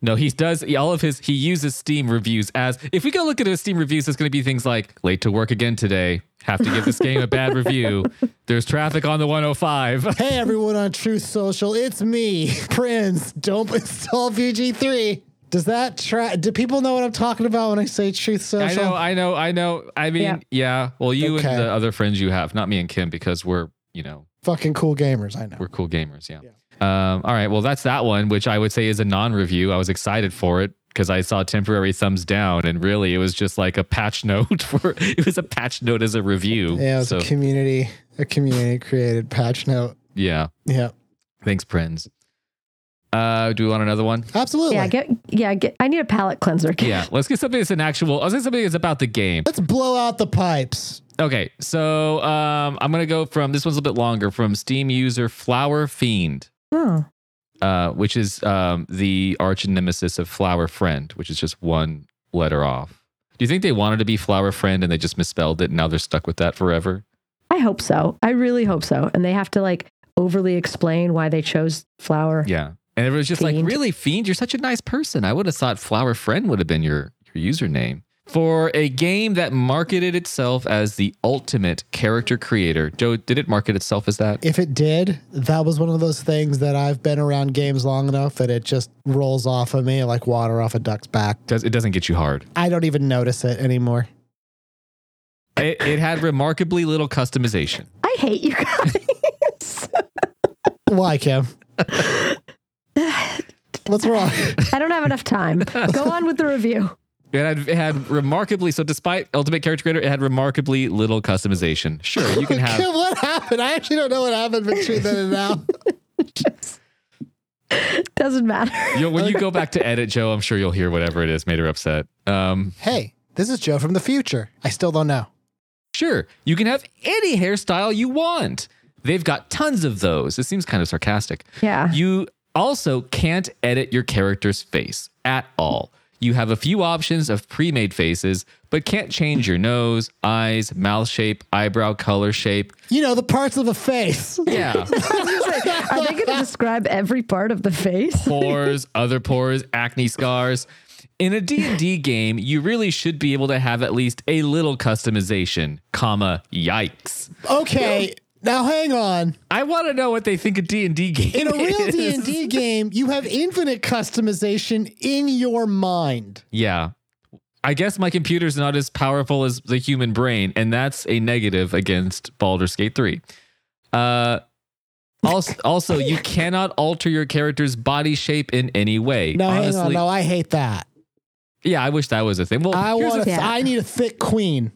C: no. he does all of his, he uses Steam reviews as, if we go look at his Steam reviews, it's going to be things like, late to work again today, have to give this game a bad review, there's traffic on the 105.
B: Hey everyone on Truth Social, it's me, Prince. Don't install VG3. Does that try? Do people know what I'm talking about when I say Truth
C: I
B: Social?
C: know, I know, I know. I mean,
A: Yeah.
C: yeah. Well, you
B: Okay.
C: and the other friends you have, not me and Kim, because we're, you know,
B: Fucking cool gamers, I know.
C: we're cool gamers. Yeah. Um, all right. Well, that's that one, which I would say is a non-review. I was excited for it because I saw temporary thumbs down, and really, it was just like a patch note for. It was a patch note as a review.
B: Yeah, it was
C: so
B: a community, a community created patch note.
C: yeah.
B: Yeah,
C: Thanks, Prince. Uh, do we want another one?
B: absolutely.
A: Yeah, get yeah, get. I need a palate cleanser.
C: Yeah. Let's get something that's an actual. Let's get something that's about the game.
B: Let's blow out the pipes.
C: Okay, so um, I'm gonna go from this one's a bit longer from Steam user Flower Fiend,
A: Oh,
C: uh, which is um, the arch nemesis of Flower Friend, which is just one letter off. Do you think they wanted to be Flower Friend and they just misspelled it? and Now they're stuck with that forever.
A: I hope so. I really hope so. And they have to like overly explain why they chose flower.
C: Yeah, and everyone's just like,
A: Fiend.
C: "Really, Fiend? You're such a nice person. I would have thought Flower Friend would have been your your username." For a game that marketed itself as the ultimate character creator, Joe, did it market itself as that?
B: If it did, that was one of those things that I've been around games long enough that it just rolls off of me like water off a duck's back.
C: Does it doesn't get you hard?
B: I don't even notice it anymore.
C: It, it had remarkably little customization.
A: I hate you guys.
B: Why, Kim? What's wrong?
A: I don't have enough time. Go on with the review.
C: It had, it had remarkably so. Despite Ultimate Character Creator, it had remarkably little customization. Sure, you can have.
B: Kim, what happened? I actually don't know what happened between then and now.
A: Doesn't matter.
C: You'll, when you go back to edit, Joe, I'm sure you'll hear whatever it is made her upset. Um,
B: hey, this is Joe from the future. I still don't know.
C: sure, you can have any hairstyle you want. They've got tons of those. It seems kind of sarcastic.
A: Yeah.
C: You also can't edit your character's face at all. You have a few options of pre made faces, but can't change your nose, eyes, mouth shape, eyebrow color shape.
B: You know, the parts of a face.
C: Yeah.
A: Are they going to describe every part of the face?
C: pores, other pores, acne scars. In a D&D game, you really should be able to have at least a little customization, comma, yikes.
B: Okay, now hang on.
C: I want to know what they think a D&D game
B: In a real
C: is.
B: D&D game, you have infinite customization in your mind.
C: Yeah. I guess my computer's not as powerful as the human brain, and that's a negative against Baldur's Gate 3. Uh, also, also, you cannot alter your character's body shape in any way.
B: Now hang on.
C: Honestly,
B: No, I hate that.
C: yeah, I wish that was a thing. Well,
B: I
C: here's
B: want.
A: the
B: A,
A: thing.
B: I need a thick queen.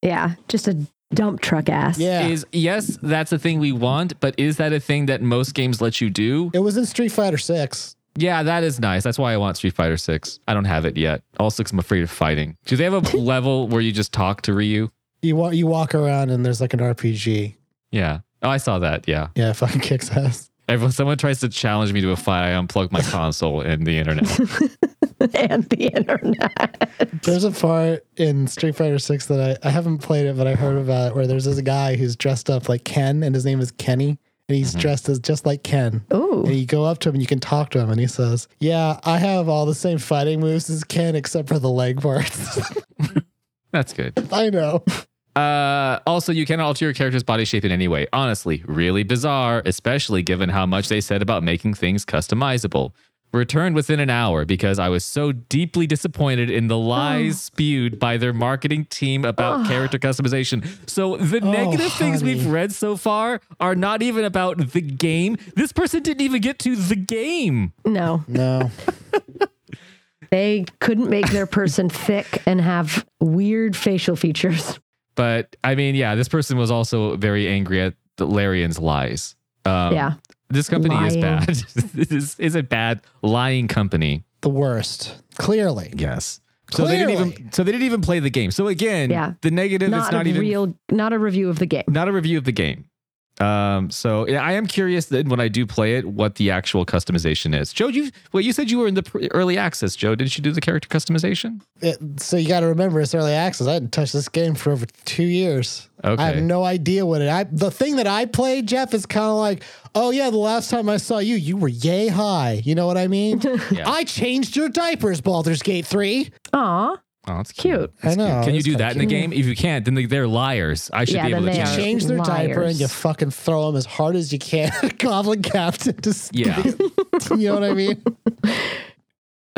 A: Yeah. Just a dump truck ass.
B: Yeah.
C: is yes, that's a thing we want, but is that a thing that most games let you do?
B: it was in Street Fighter 6.
C: Yeah, that is nice. That's why I want Street Fighter 6. I don't have it yet. All 6 I'm afraid of fighting. Do they have a level where you just talk to Ryu?
B: You walk, you walk around and there's like an RPG.
C: Yeah. Oh, I saw that. Yeah.
B: Yeah, it fucking kicks ass.
C: Everyone someone tries to challenge me to a fight, I unplug my console and the internet.
A: and the internet.
B: There's a part in Street Fighter Six that I, I haven't played it, but I heard about it where there's this guy who's dressed up like Ken and his name is Kenny. And he's dressed as just like Ken.
A: Ooh.
B: And you go up to him and you can talk to him and he says, Yeah, I have all the same fighting moves as Ken except for the leg parts.
C: That's good.
B: I know.
C: Uh, also, you can alter your character's body shape in any way. Honestly, really bizarre, especially given how much they said about making things customizable. Returned within an hour because I was so deeply disappointed in the lies spewed by their marketing team about character customization. So, the negative things
B: honey.
C: we've read so far are not even about the game. This person didn't even get to the game.
A: No,
B: No.
A: they couldn't make their person thick and have weird facial features.
C: But I mean, yeah, this person was also very angry at the Larian's lies. Um,
A: yeah.
C: This company is
A: Lying.
C: bad. this is, is a bad lying company.
B: the worst. Clearly.
C: Yes. So they didn't
B: Clearly.
C: even so they didn't even play the game. So again,
A: Yeah.
C: the negative
A: Not,
C: it's not
A: a
C: even
A: real, not a review of the game.
C: not a review of the game. Um, so yeah, I am curious that when I do play it, what the actual customization is. Joe, you well, you said you were in the pr- early access. Joe, didn't you do the character customization?
B: It- so you got to remember it's early access. I hadn't touched this game for over two years.
C: Okay.
B: I have no idea what it. I the thing that I played, Jeff, is kind of like, oh yeah, the last time I saw you, you were yay high. You know what I mean? I changed your diapers, Baldur's Gate three.
A: Aw.
C: Oh, that's
A: Cute.
C: Oh, That's
B: I know,
C: Can you
B: it's
C: do
B: kinda
C: that in the game? If you can't, then they- they're liars. I should
A: Yeah,
C: be able
A: then
C: to
A: they
C: change
A: are.
C: it.
B: Change their diaper and
A: Liars.
B: you fucking throw them as hard as you can. Goblin captain, just
C: Yeah.
B: you know what I mean?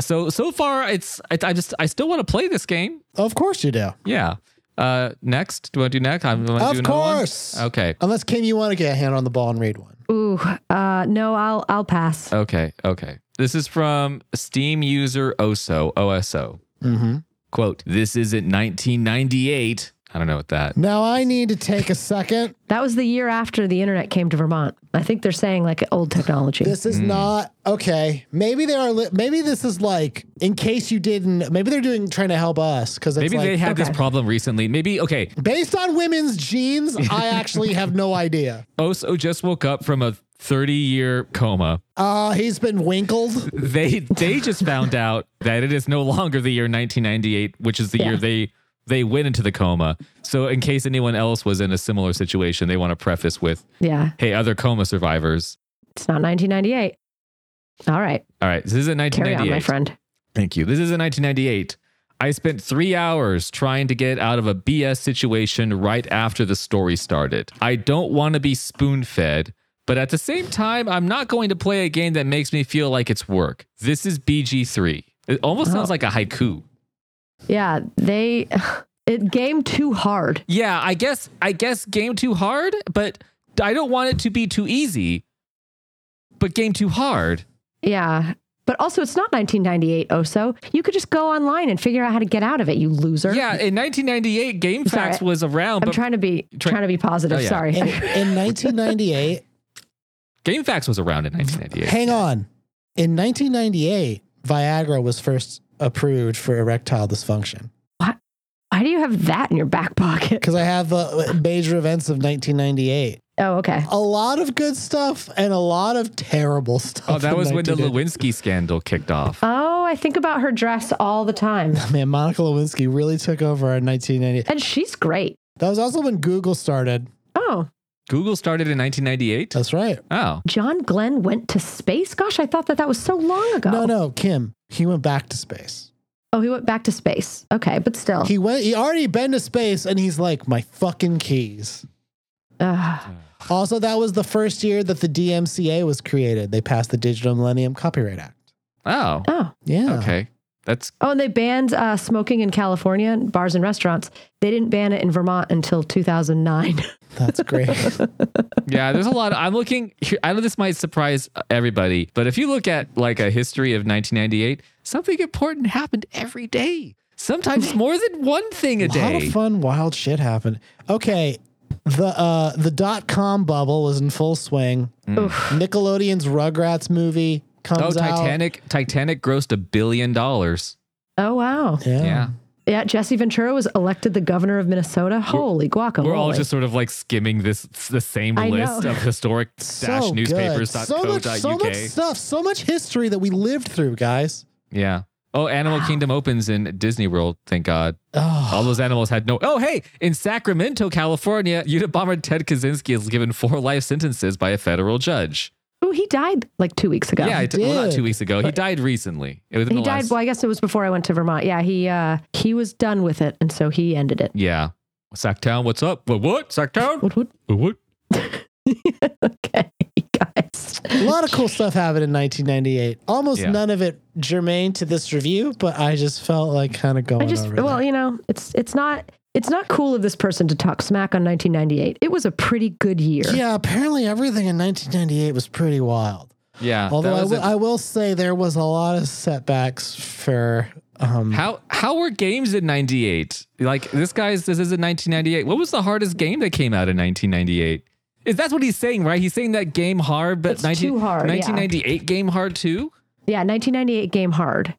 C: So so far, it's I, I just I still want to play this game.
B: Of course you do.
C: Yeah. Uh, next, do I do next? I'm gonna
B: Of
C: do another one?
B: course.
C: Okay.
B: Unless Kim, you want to get a hand on the ball and read one.
A: Ooh. Uh, no, I'll, I'll pass.
C: Okay. Okay. This is from Steam user Oso OSO.
B: Mm-hmm.
C: Quote: This isn't 1998. I don't know what that.
B: Now I need to take a second.
A: That was the year after the internet came to Vermont. I think they're saying like old technology.
B: This
C: Hmm.
B: is not okay. Maybe they are. Li- maybe this is like in case you didn't. Maybe they're doing trying to help us because
C: Maybe they had this problem recently. Maybe okay.
B: based on women's genes. I actually have no idea.
C: Oso just woke up from a 30-year coma.
B: Uh, he's been winkled.
C: They they just found out that it is no longer the year 1998, which is the
A: Yeah.
C: year they they went into the coma. So in case anyone else was in a similar situation, they want to preface with,
A: yeah,
C: "Hey, other coma survivors."
A: it's not 1998. All right,
C: All right, this isn't
A: carry
C: 1998.
A: on, my friend.
C: Thank you. This is in 1998. I spent three hours trying to get out of a BS situation right after the story started. I don't want to be spoon fed, but at the same time, I'm not going to play a game that makes me feel like it's work. This is BG3. It almost sounds
A: Oh.
C: like a haiku.
A: Yeah, they it game too hard.
C: Yeah, I guess I guess game too hard, but I don't want it to be too easy. But game too hard.
A: Yeah, but also it's not 1998. Oso, you could just go online and figure out how to get out of it. You loser.
C: Yeah, in 1998, Game
A: Sorry,
C: Facts was around,
A: I'm
C: but
A: trying to be
C: Try-
A: trying to be positive.
C: Oh, yeah.
A: Sorry.
B: In, in 1998,
C: Game Facts was around in 1998.
B: hang on. In 1998, Viagra was first approved for erectile dysfunction
A: Why do you have that in your back pocket?
B: because I have the major events of 1998.
A: Oh, okay.
B: A lot of good stuff and a lot of terrible stuff.
C: Oh, that
B: in
C: was when the
B: 1998.
C: Lewinsky scandal kicked off.
A: Oh, I think about her dress all the time,
B: Man, Monica Lewinsky really took over in 1998.
A: and she's great.
B: That was also when Google started.
A: Oh,
C: Google started in 1998.
B: That's right.
C: Oh,
A: John Glenn went to space. Gosh, I thought that that was so long ago.
C: Oh.
B: No, no, Kim. He went back to space.
A: Oh, he went back to space. Okay, but still.
B: He went. He already been to space, and he's like, my fucking keys.
A: Ugh.
B: Also, that was the first year that the DMCA was created. They passed the Digital Millennium Copyright Act.
C: oh,
A: oh.
B: Yeah.
C: okay. That's
A: Oh, and they banned uh, smoking in California, in bars and restaurants. They didn't ban it in Vermont until 2009.
B: That's great.
C: yeah. There's a lot. I'm looking. here- I know this might surprise everybody, but if you look at like a history of 1998, something important happened every day. Sometimes more than one thing
B: a
C: a
B: lot
C: day.
B: of fun, wild shit happened. Okay. The uh the dot com bubble was in full swing. Nickelodeon's Rugrats movie
C: Mm. Oh,
B: comes out.
C: Titanic! Titanic grossed a billion dollars.
A: Oh, wow.
B: Yeah.
C: Yeah,
A: Yeah, Jesse Ventura was elected the governor of Minnesota. Holy guacamole.
C: we're all just sort of like skimming this the same
A: I
C: list
A: know.
C: of historic dash
B: good.
C: newspapers.
B: So much, so much stuff, so much history that we lived through, guys.
C: Yeah. Oh, Animal Kingdom opens in Disney World. Thank God.
B: Oh,
C: All those animals had no. Oh, hey, in Sacramento, California, Unabomber Ted Kaczynski is given four life sentences by a federal judge.
A: Oh, he died like two weeks ago.
C: yeah, it- well, not
B: did.
C: two weeks ago. He died recently. It was in
A: he
C: the
A: died.
C: last-
A: Well, I guess it was before I went to Vermont. Yeah, he uh, he was done with it, and so he ended it.
C: yeah. Sacktown, what's up? What? What? Sacktown?
A: What? What?
C: What? What?
A: Okay, guys.
B: a lot of cool stuff happened in 1998. Almost
C: Yeah.
B: none of it germane to this review, but I just felt like kind of going
A: I just
B: over
A: well,
B: that.
A: you know, it's it's not it's not cool of this person to talk smack on 1998. It was a pretty good year.
B: Yeah, apparently everything in 1998 was pretty wild.
C: Yeah. Uh, that
B: Although I
C: was
B: will,
C: it.
B: I will say there was a lot of setbacks for um,
C: how how were games in '98? Like this guy's this isn't 1998. What was the hardest game that came out in 1998? Is that's what he's saying, right? He's saying that game hard, but
A: It's too hard, yeah.
C: 1998 game hard too.
A: Yeah, 1998 game hard.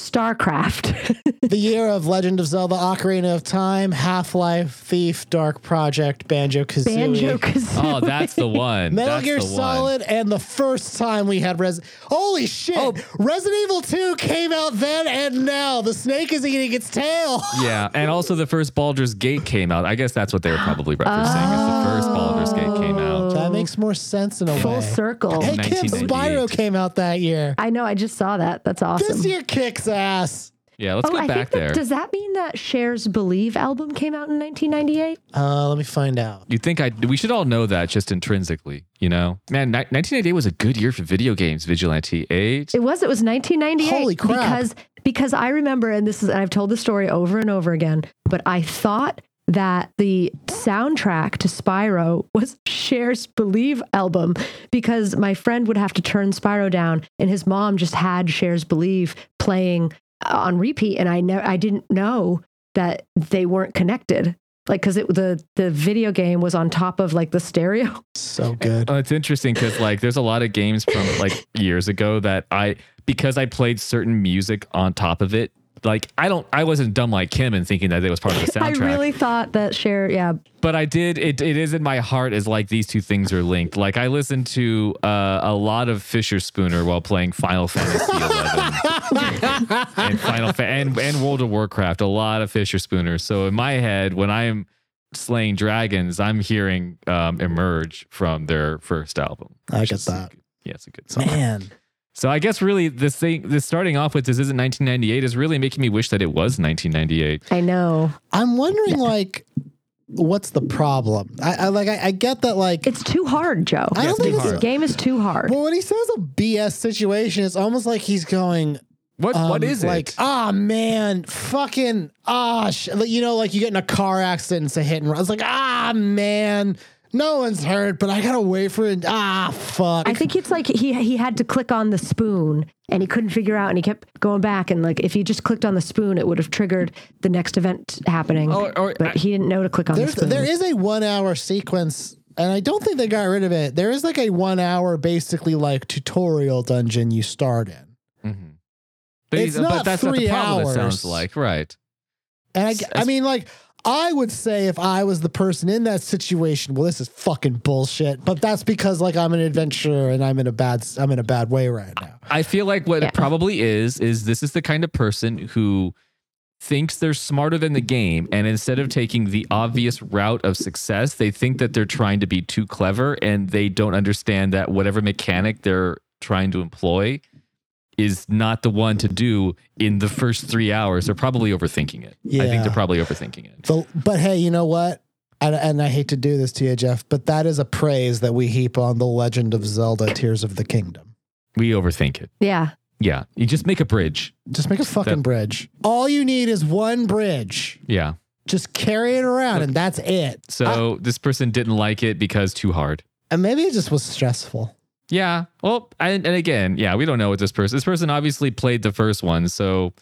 A: StarCraft.
B: the year of Legend of Zelda: Ocarina of Time, Half Life, Thief, Dark Project, Banjo
A: Banjo
B: Kazooie.
A: Kazooie.
C: Oh, that's the one.
B: Metal
C: That's
B: Gear
C: the one.
B: Solid, and the first time we had Res. Holy shit!
C: Oh.
B: Resident Evil 2 came out then and now. The snake is eating its tail.
C: Yeah, and also the first Baldur's Gate came out. I guess that's what they were probably referencing.
A: Oh.
C: is the first Baldur's Gate came out.
B: That makes more sense
C: Oh,
B: in a
A: Full
B: way.
A: circle.
B: Hey, Kim
C: 1998.
B: Spyro came out that year.
A: I know. I just saw that. That's awesome.
B: This year kicks ass.
C: Yeah, let's go
A: Oh, I
C: back
A: think that,
C: there.
A: Does that mean that Cher's Believe album came out in 1998?
B: Uh, let me find out.
C: you think I? We should all know that just intrinsically, you know. Man, ni- 1998 was a good year for video games. Vigilante Eight.
A: It was. It was 1998.
B: Holy crap.
A: Because because I remember, and this is, and I've told the story over and over again, but I thought that the soundtrack to Spyro was Cher's Believe album because my friend would have to turn Spyro down, and his mom just had Cher's Believe playing on repeat, and I know I didn't know that they weren't connected. Like, because the the video game was on top of like the stereo
B: So good.
C: Oh, it's interesting because like there's a lot of games from like years ago that I because I played certain music on top of it. Like I don't, I wasn't dumb like Kim and thinking that it was part of the
A: I
C: soundtrack.
A: really thought that Cher, yeah,
C: but I did. It, it is in my heart is like these two things are linked. Like I listened to uh, a lot of Fisher Spooner while playing Final Fantasy XI and Final Fa- and and World of Warcraft. A lot of Fisher Spooner. So in my head, when I'm slaying dragons, I'm hearing um, "Emerge" from their first album.
B: I
C: which
B: get
C: is a
B: that.
C: good- Yeah, it's a good song.
B: Man.
C: So I guess really this thing, this starting off with this isn't 1998 is really making me wish that it was 1998.
A: I know.
B: I'm wondering, like, what's the problem? I, I like, I, I get that, like,
A: It's too hard, Joe.
B: I don't
C: it's too
B: think
A: this
B: it's.
C: hard.
A: game is too hard.
B: Well, when he says a BS situation, it's almost like he's going,
C: What what
B: um,
C: is
B: like,
C: it?
B: ah, man, fucking, ah, sh-. like, you know, like you get in a car accident, it's a hit and run. It's like, ah, man, no one's hurt, but I gotta wait for it. Ah, fuck.
A: I think it's like he he had to click on the spoon and he couldn't figure out and he kept going back and like if he just clicked on the spoon it would have triggered the next event happening.
C: Oh, or-
A: but he didn't know to click on the
B: There's,
A: spoon.
B: there is a one hour sequence, and I don't think they got rid of it. There is like a one hour, basically, like tutorial dungeon you start in.
C: Mhm. But,
B: It's
C: he's- but
B: not
C: that's
B: three
C: not the problem. It
B: hours.
C: sounds like right.
B: And I,
C: S-
B: I mean, like, I would say if I was the person in that situation, well, this is fucking bullshit. But that's because like I'm an adventurer and I'm in a bad s- I'm in a bad way right now.
C: I feel like what
A: Yeah.
C: it probably is is this is the kind of person who thinks they're smarter than the game and instead of taking the obvious route of success they think that they're trying to be too clever and they don't understand that whatever mechanic they're trying to employ is not the one to do in the first 3 hours they're probably overthinking it i
B: Yeah.
C: think they're probably overthinking it
B: The, but hey, you know what? And, and I hate to do this to you, Jeff, but that is a praise that we heap on the Legend of Zelda: Tears of the Kingdom.
C: we overthink it
A: yeah.
C: yeah you just make a bridge
B: Just make a fucking
C: That-
B: bridge. All you need is one bridge.
C: yeah
B: Just carry it around, and that's it.
C: so
B: Ah.
C: this person didn't like it because too hard
B: And maybe it just was stressful.
C: Yeah. Well, and, and again, yeah, we don't know what this person. This person obviously played the first one, so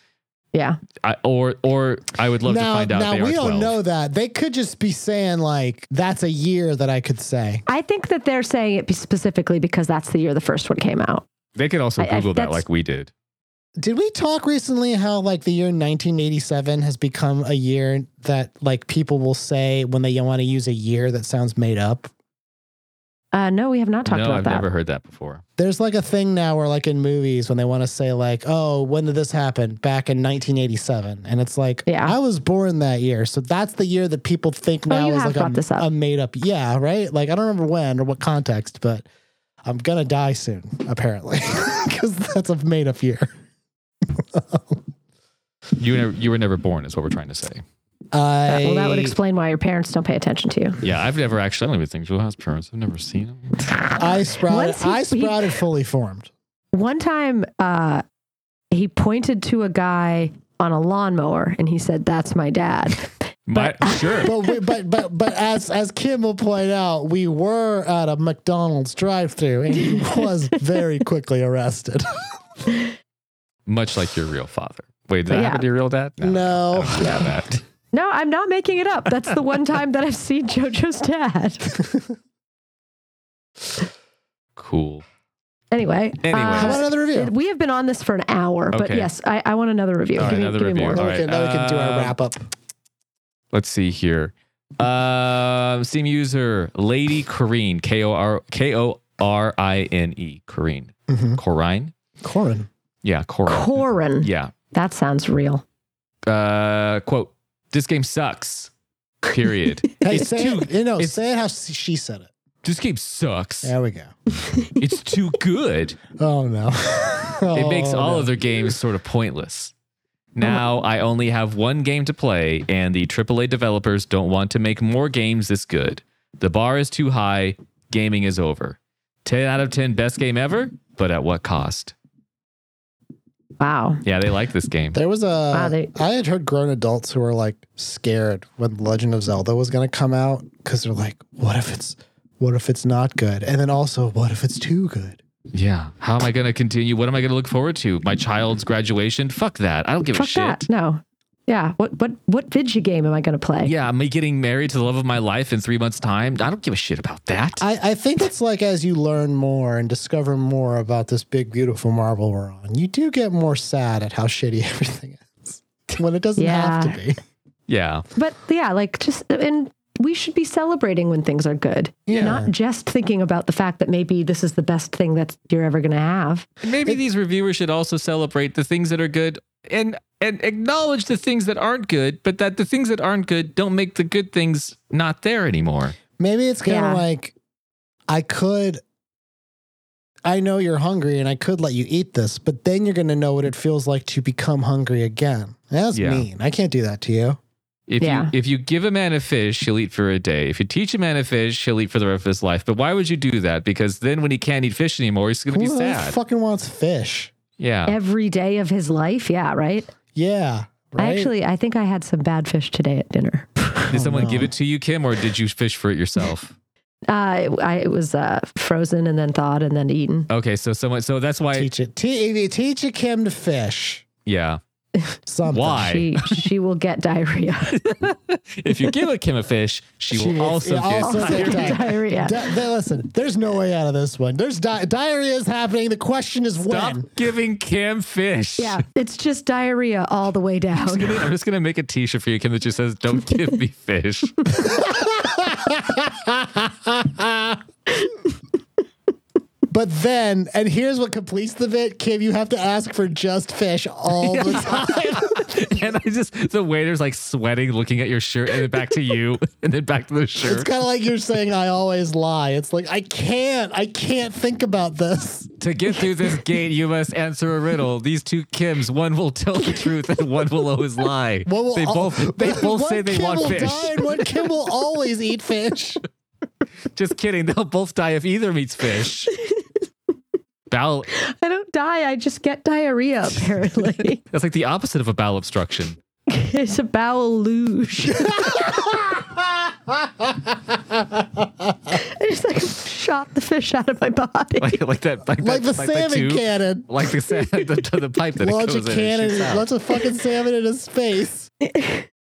A: Yeah.
C: I, or or I would love
B: now,
C: to find out.
B: now
C: they
B: we
C: are
B: don't
C: 12.
B: know that. They could just be saying like that's a year that I could say.
A: I think that they're saying it specifically because that's the year the first one came out.
C: They could also
A: I- I-
C: Google that
A: that's-
C: like we did.
B: Did we talk recently how like the year 1987 has become a year that like people will say when they want to use a year that sounds made up?
A: Uh, no, we have not talked
C: no,
A: about
C: I've
A: that.
C: never heard that before.
B: There's like a thing now where, like in movies, when they want to say, like, oh, when did this happen? Back in 1987. And it's like,
A: Yeah. Oh,
B: I was born that year. So that's the year that people think now
A: you
B: is
A: have
B: like a,
A: brought this up.
B: a made up. Yeah, right? Like, I don't remember when or what context, but I'm going to die soon, apparently, because that's a made up year.
C: You never, you were never born, is what we're trying to say.
A: Uh,
B: I,
A: well, that would explain why your parents don't pay attention to you.
C: Yeah, I've never actually. I don't even think Joel has parents. I've never seen them.
B: I sprouted,
A: Once he-
B: I sprouted fully formed.
A: One time, uh, he pointed to a guy on a lawnmower and he said, "That's my dad."
C: My, sure.
B: but we, but but but as as Kim will point out, we were at a McDonald's drive-through, and he was very quickly arrested.
C: Much like your real father. Wait, did that
A: Yeah.
C: happen to your real dad?
B: No.
C: I don't have that.
A: No, I'm not making it up. That's the one time that I've seen JoJo's dad.
C: Cool.
A: Anyway,
C: Anyway.
B: How about
A: uh,
B: another review?
A: we have been on this for an hour, but
C: Okay.
A: yes, I, I want another review.
C: All right,
A: give me,
C: another
A: give me
C: review.
A: more.
B: Then
C: All
B: we
C: right,
B: can, then we can do
C: um,
B: our wrap up.
C: Let's see here. Um, Steam user Lady Corrine, K O R K O R I N E, Corrine, Corrine.
B: Corin.
C: Yeah, Corrine.
A: Corin.
C: yeah.
A: That sounds real.
C: Uh, quote: This game sucks. Period.
B: Hey,
C: it's
B: say
C: too.
B: it, you know,
C: it's-
B: say it how she said it.
C: This game sucks.
B: There we go.
C: It's too good.
B: Oh no.
C: It makes
B: Oh,
C: all
B: no.
C: other games sort of pointless. Now I only have one game to play, and the AAA developers don't want to make more games this good. The bar is too high. Gaming is over. 10 out of 10 best game ever, but at what cost?
A: Wow.
C: Yeah, they like this game.
B: There was a. I
A: Wow, they-
B: had heard grown adults who were like scared when Legend of Zelda was going to come out because they're like, what if it's, what if it's not good, and then also what if it's too good.
C: Yeah. How am I going to continue? What am I going to look forward to? My child's graduation? Fuck that. I don't give a
A: Fuck
C: shit.
A: that. No. Yeah. What what what video game am I going to play?
C: Yeah, me getting married to the love of my life in three months' time. I don't give a shit about that.
B: I, I think it's like as you learn more and discover more about this big, beautiful marvel we're on, you do get more sad at how shitty everything is when it doesn't have to be.
C: yeah.
A: But yeah, like just and we should be celebrating when things are good,
B: Yeah.
A: not just thinking about the fact that maybe this is the best thing that you're ever going to have.
C: Maybe these reviewers should also celebrate the things that are good and and acknowledge the things that aren't good, but that the things that aren't good don't make the good things not there anymore.
B: Maybe it's kind of
A: Yeah.
B: like I could. I know you're hungry and I could let you eat this, but then you're going to know what it feels like to become hungry again. That's
C: Yeah.
B: mean. I can't do that to you.
C: If
A: Yeah.
C: you if you give a man a fish, he'll eat for a day. If you teach a man a fish, he'll eat for the rest of his life. But why would you do that? Because then when he can't eat fish anymore, he's gonna be
B: Who the hell
C: sad.
B: fucking wants fish?
C: yeah.
A: Every day of his life, yeah, right?
B: Yeah.
A: I
B: Right?
A: actually I think I had some bad fish today at dinner.
C: Did
B: Oh,
C: someone
B: no.
C: give it to you, Kim, or did you fish for it yourself?
A: Uh, it, I, it was uh, frozen and then thawed and then eaten.
C: okay, so someone, so that's why,
B: teach it. Te- if you teach a Kim to fish.
C: yeah.
B: Something.
C: Why?
A: She she will get diarrhea.
C: If you give a Kim a fish, she,
B: She
C: will
B: will-
C: also
B: yeah,
C: get.
B: also
A: She'll get
B: di-
A: diarrhea.
B: Di- di- listen, there's no way out of this one. There's di- diarrhea is happening. The question is
C: Stop
B: when.
C: giving Kim fish.
A: yeah, it's just diarrhea all the way down.
C: I'm gonna- I'm just gonna make a T-shirt for you, Kim, that just says "Don't give me fish."
B: But then, and here's what completes the bit, Kim. You have to ask for just fish all the time.
C: and I just the waiter's like sweating, looking at your shirt, and then back to you, and then back to the
B: It's
C: shirt
B: kind of like you're saying I always lie. It's like I can't. I can't think about this.
C: to get through this gate. You must answer a riddle. These two Kims, one will tell the truth, and one will always lie.
B: One will
C: they
B: al-
C: both they both
B: one
C: say they
B: Kim
C: want
B: will
C: fish.
B: Die and one Kim will always eat fish.
C: Just kidding. They'll both die if either eats fish. Bowel.
A: I don't die. I just get diarrhea. Apparently,
C: That's like the opposite of a bowel obstruction.
A: it's a bowel luge. I just like shot the fish out of my body.
C: Like like that. Like,
B: Like the
C: that, like
B: salmon
C: tube.
B: cannon.
C: Like the, sa- the, the pipe that
B: Launch
C: it
B: a
C: goes in and
B: cannon.
C: shoots out.
B: Launch a fucking salmon in his face.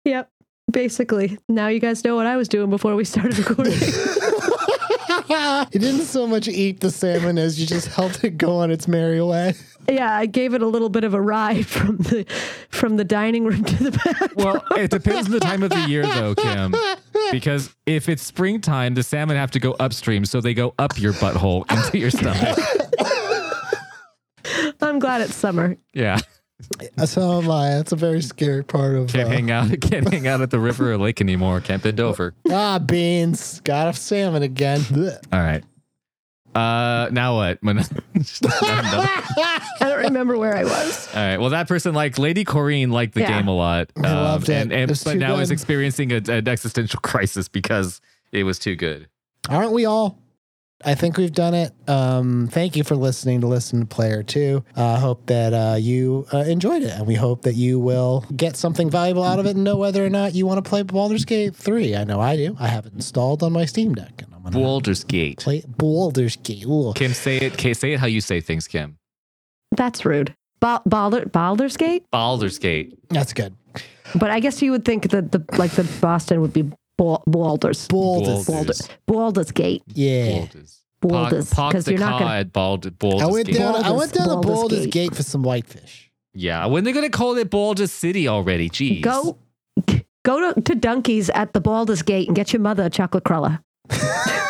A: Yep. Basically, now you guys know what I was doing before we started recording.
B: you didn't so much eat the salmon as you just helped it go on its merry way.
A: yeah, I gave it a little bit of a ride from the from the dining room to the back.
C: Well, it depends on the time of the year, though, Kim. Because if it's springtime, the salmon have to go upstream, so they go up your butthole into your stomach.
A: I'm glad it's summer.
C: Yeah,
B: So am I. That's a very scary part of
C: can't
B: uh,
C: hang out. Can't hang out at the river or lake anymore. Can't bend over.
B: ah beans. Got a salmon again. Blech.
C: All right. Uh, now what? All
A: I don't remember where I was.
C: right. Well, that person liked Lady Corrine liked the
A: Yeah.
C: game a lot. Um,
B: loved it.
C: And, and
B: It was
C: but
B: too
C: now is
B: good.
C: experiencing a, an existential crisis because it was too good.
B: Aren't we all? I think we've done it. Um, thank you for listening to Listen to Player Two. I uh, hope that uh, you uh, enjoyed it, and we hope that you will get something valuable out of it and know whether or not you want to play Baldur's Gate 3. I know I do. I have it installed on my Steam Deck, and I'm going to
C: Baldur's Gate.
B: play Baldur's Gate. Ooh.
C: Kim, say it. K- Say it how you say things, Kim.
A: That's rude. Ba- Baldur, Baldur's Gate,
C: Baldur's Gate.
B: That's good.
A: but I guess you would think that the like the Boston would be Bal- Baldur's
B: Baldur's.
C: Baldur's.
A: Baldur, Baldur's Gate,
B: Yeah.
C: Baldur's.
A: Baldur's,
C: Pock- pock
A: because
C: the
A: you're not
C: car
A: gonna.
C: at Bald- Baldur's
B: I went
C: Gate.
B: down. I
A: Baldur's-
B: went down to
A: Baldur's
B: Baldur's
A: Gate.
B: Gate for some whitefish.
C: Yeah, when they're gonna call it Baldur's City already? Jeez.
A: Go go to, to Dunkies at the Baldur's Gate and get your mother a chocolate cruller.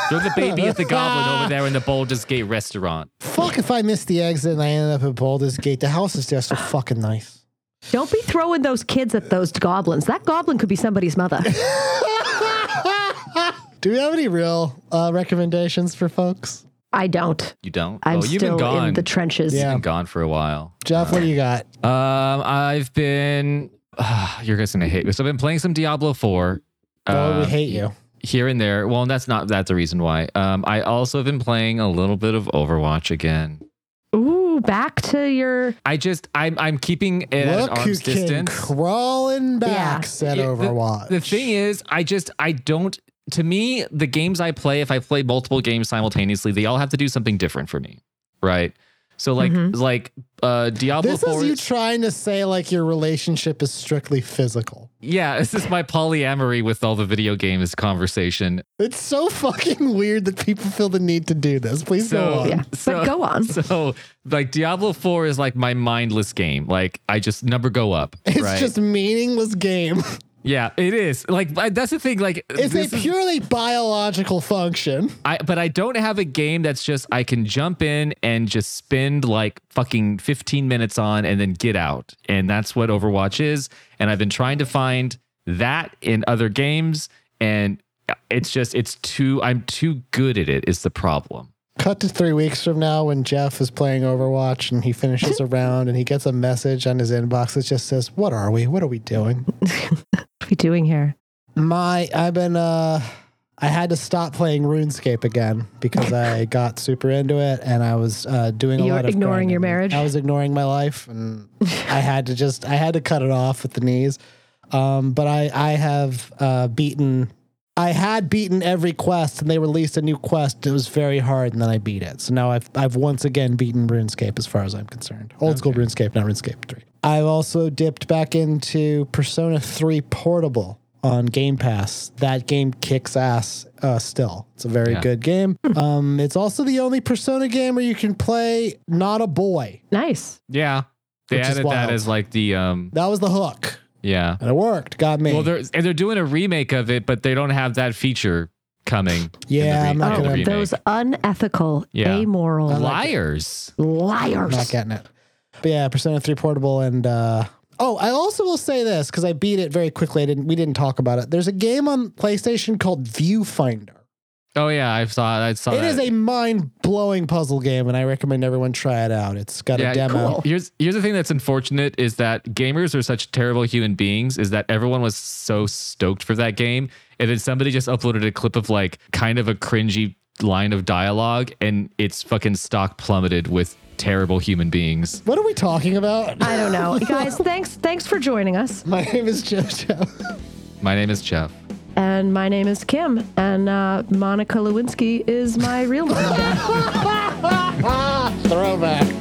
C: Throw the baby at the goblin over there in the Baldur's Gate restaurant.
B: Fuck if I missed the exit and I ended up at Baldur's Gate. The house is just so fucking nice.
A: Don't be throwing those kids at those goblins. That goblin could be somebody's mother.
B: Do we have any real uh, recommendations for folks?
A: I don't.
C: You don't?
A: I'm
C: oh, you've been
A: still
C: gone.
A: in the trenches.
B: Yeah.
C: been gone for a while.
B: Jeff, what do you got?
C: Um, I've been. ah, you're guys gonna hate me. So I've been playing some Diablo Four.
B: oh, we
C: uh,
B: hate you.
C: here and there. Well, that's not that's the reason why. Um, I also have been playing a little bit of Overwatch again.
A: Ooh, back to your.
C: I just I'm I'm keeping it at
B: Look
C: an
B: who
C: arm's
B: came
C: distance.
B: crawling
A: Yeah.
B: back, said
C: Yeah, the-
B: Overwatch.
C: The thing is, I just I don't. To me, the games I play, if I play multiple games simultaneously, they all have to do something different for me, right? So like
A: Mhm.
C: like uh Diablo
B: Mm-hmm. this
C: Four,
B: is you trying to say like your relationship is strictly physical.
C: yeah. This is my polyamory with all the video games conversation.
B: It's so fucking weird that people feel the need to do this. Please go
C: So
B: on.
A: Yeah.
C: so-
A: but go on.
C: So like Diablo Four is like my mindless game. Like I just number go up.
B: It's
C: right?
B: just meaningless game.
C: yeah, it is. Like I- that's the thing. Like
B: It's
C: this
B: a
C: is-
B: purely biological function.
C: I but I don't have a game that's just I can jump in and just spend like fucking 15 minutes on and then get out. And that's what Overwatch is. And I've been trying to find that in other games and it's just it's too I'm too good at it is the problem.
B: Cut to three weeks from now when Jeff is playing Overwatch and he finishes a round and he gets a message on his inbox that just says, What are we? What are we doing?
A: What are we doing here?
B: My, I've been, uh, I had to stop playing RuneScape again because I got super into it and I was uh, doing a
A: You
B: lot
A: were
B: of
A: ignoring your
B: grinding.
A: marriage?
B: I was ignoring my life and I had to just, I had to cut it off at the knees. Um, but I, I have uh, beaten, I had beaten every quest, and they released a new quest. It was very hard, and then I beat it. So now I've I've once again beaten RuneScape, as far as I'm concerned. Old school RuneScape, not RuneScape three. I've also dipped back into Persona three Portable on Game Pass. That game kicks ass. Uh, still, it's a very
C: Yeah.
B: good game. um, it's also the only Persona game where you can play not a boy.
A: Nice.
C: Yeah. They
B: Which is
C: added that
B: wild.
C: as like the um
B: That was the hook,
C: yeah.
B: and it worked. Got me.
C: Well, they're and they're doing a remake of it, but they don't have that feature coming.
B: Yeah,
C: in
B: I'm
C: the
B: not
C: re- in the
B: gonna-
C: remake.
A: Oh, Those unethical,
C: Yeah.
A: amoral
C: liars.
A: liars.
B: I'm not getting it. But yeah, Persona 3 Portable and uh Oh, I also will say this because I beat it very quickly. I didn't we didn't talk about it. There's a game on PlayStation called Viewfinder.
C: Oh yeah, I saw I saw
B: It
C: that.
B: is a mind-blowing puzzle game, and I recommend everyone try it out. It's got a demo.
A: cool.
C: Here's here's the thing that's unfortunate is that gamers are such terrible human beings. Is that everyone was so stoked for that game, and then somebody just uploaded a clip of like kind of a cringy line of dialogue, and its fucking stock plummeted with terrible human beings.
B: What are we talking about?
A: I don't know, guys. Thanks, thanks for joining us.
B: My name is JoJo.
C: My name is Jeff.
A: And my name is Kim, and uh, Monica Lewinsky is my real name.
B: Throwback.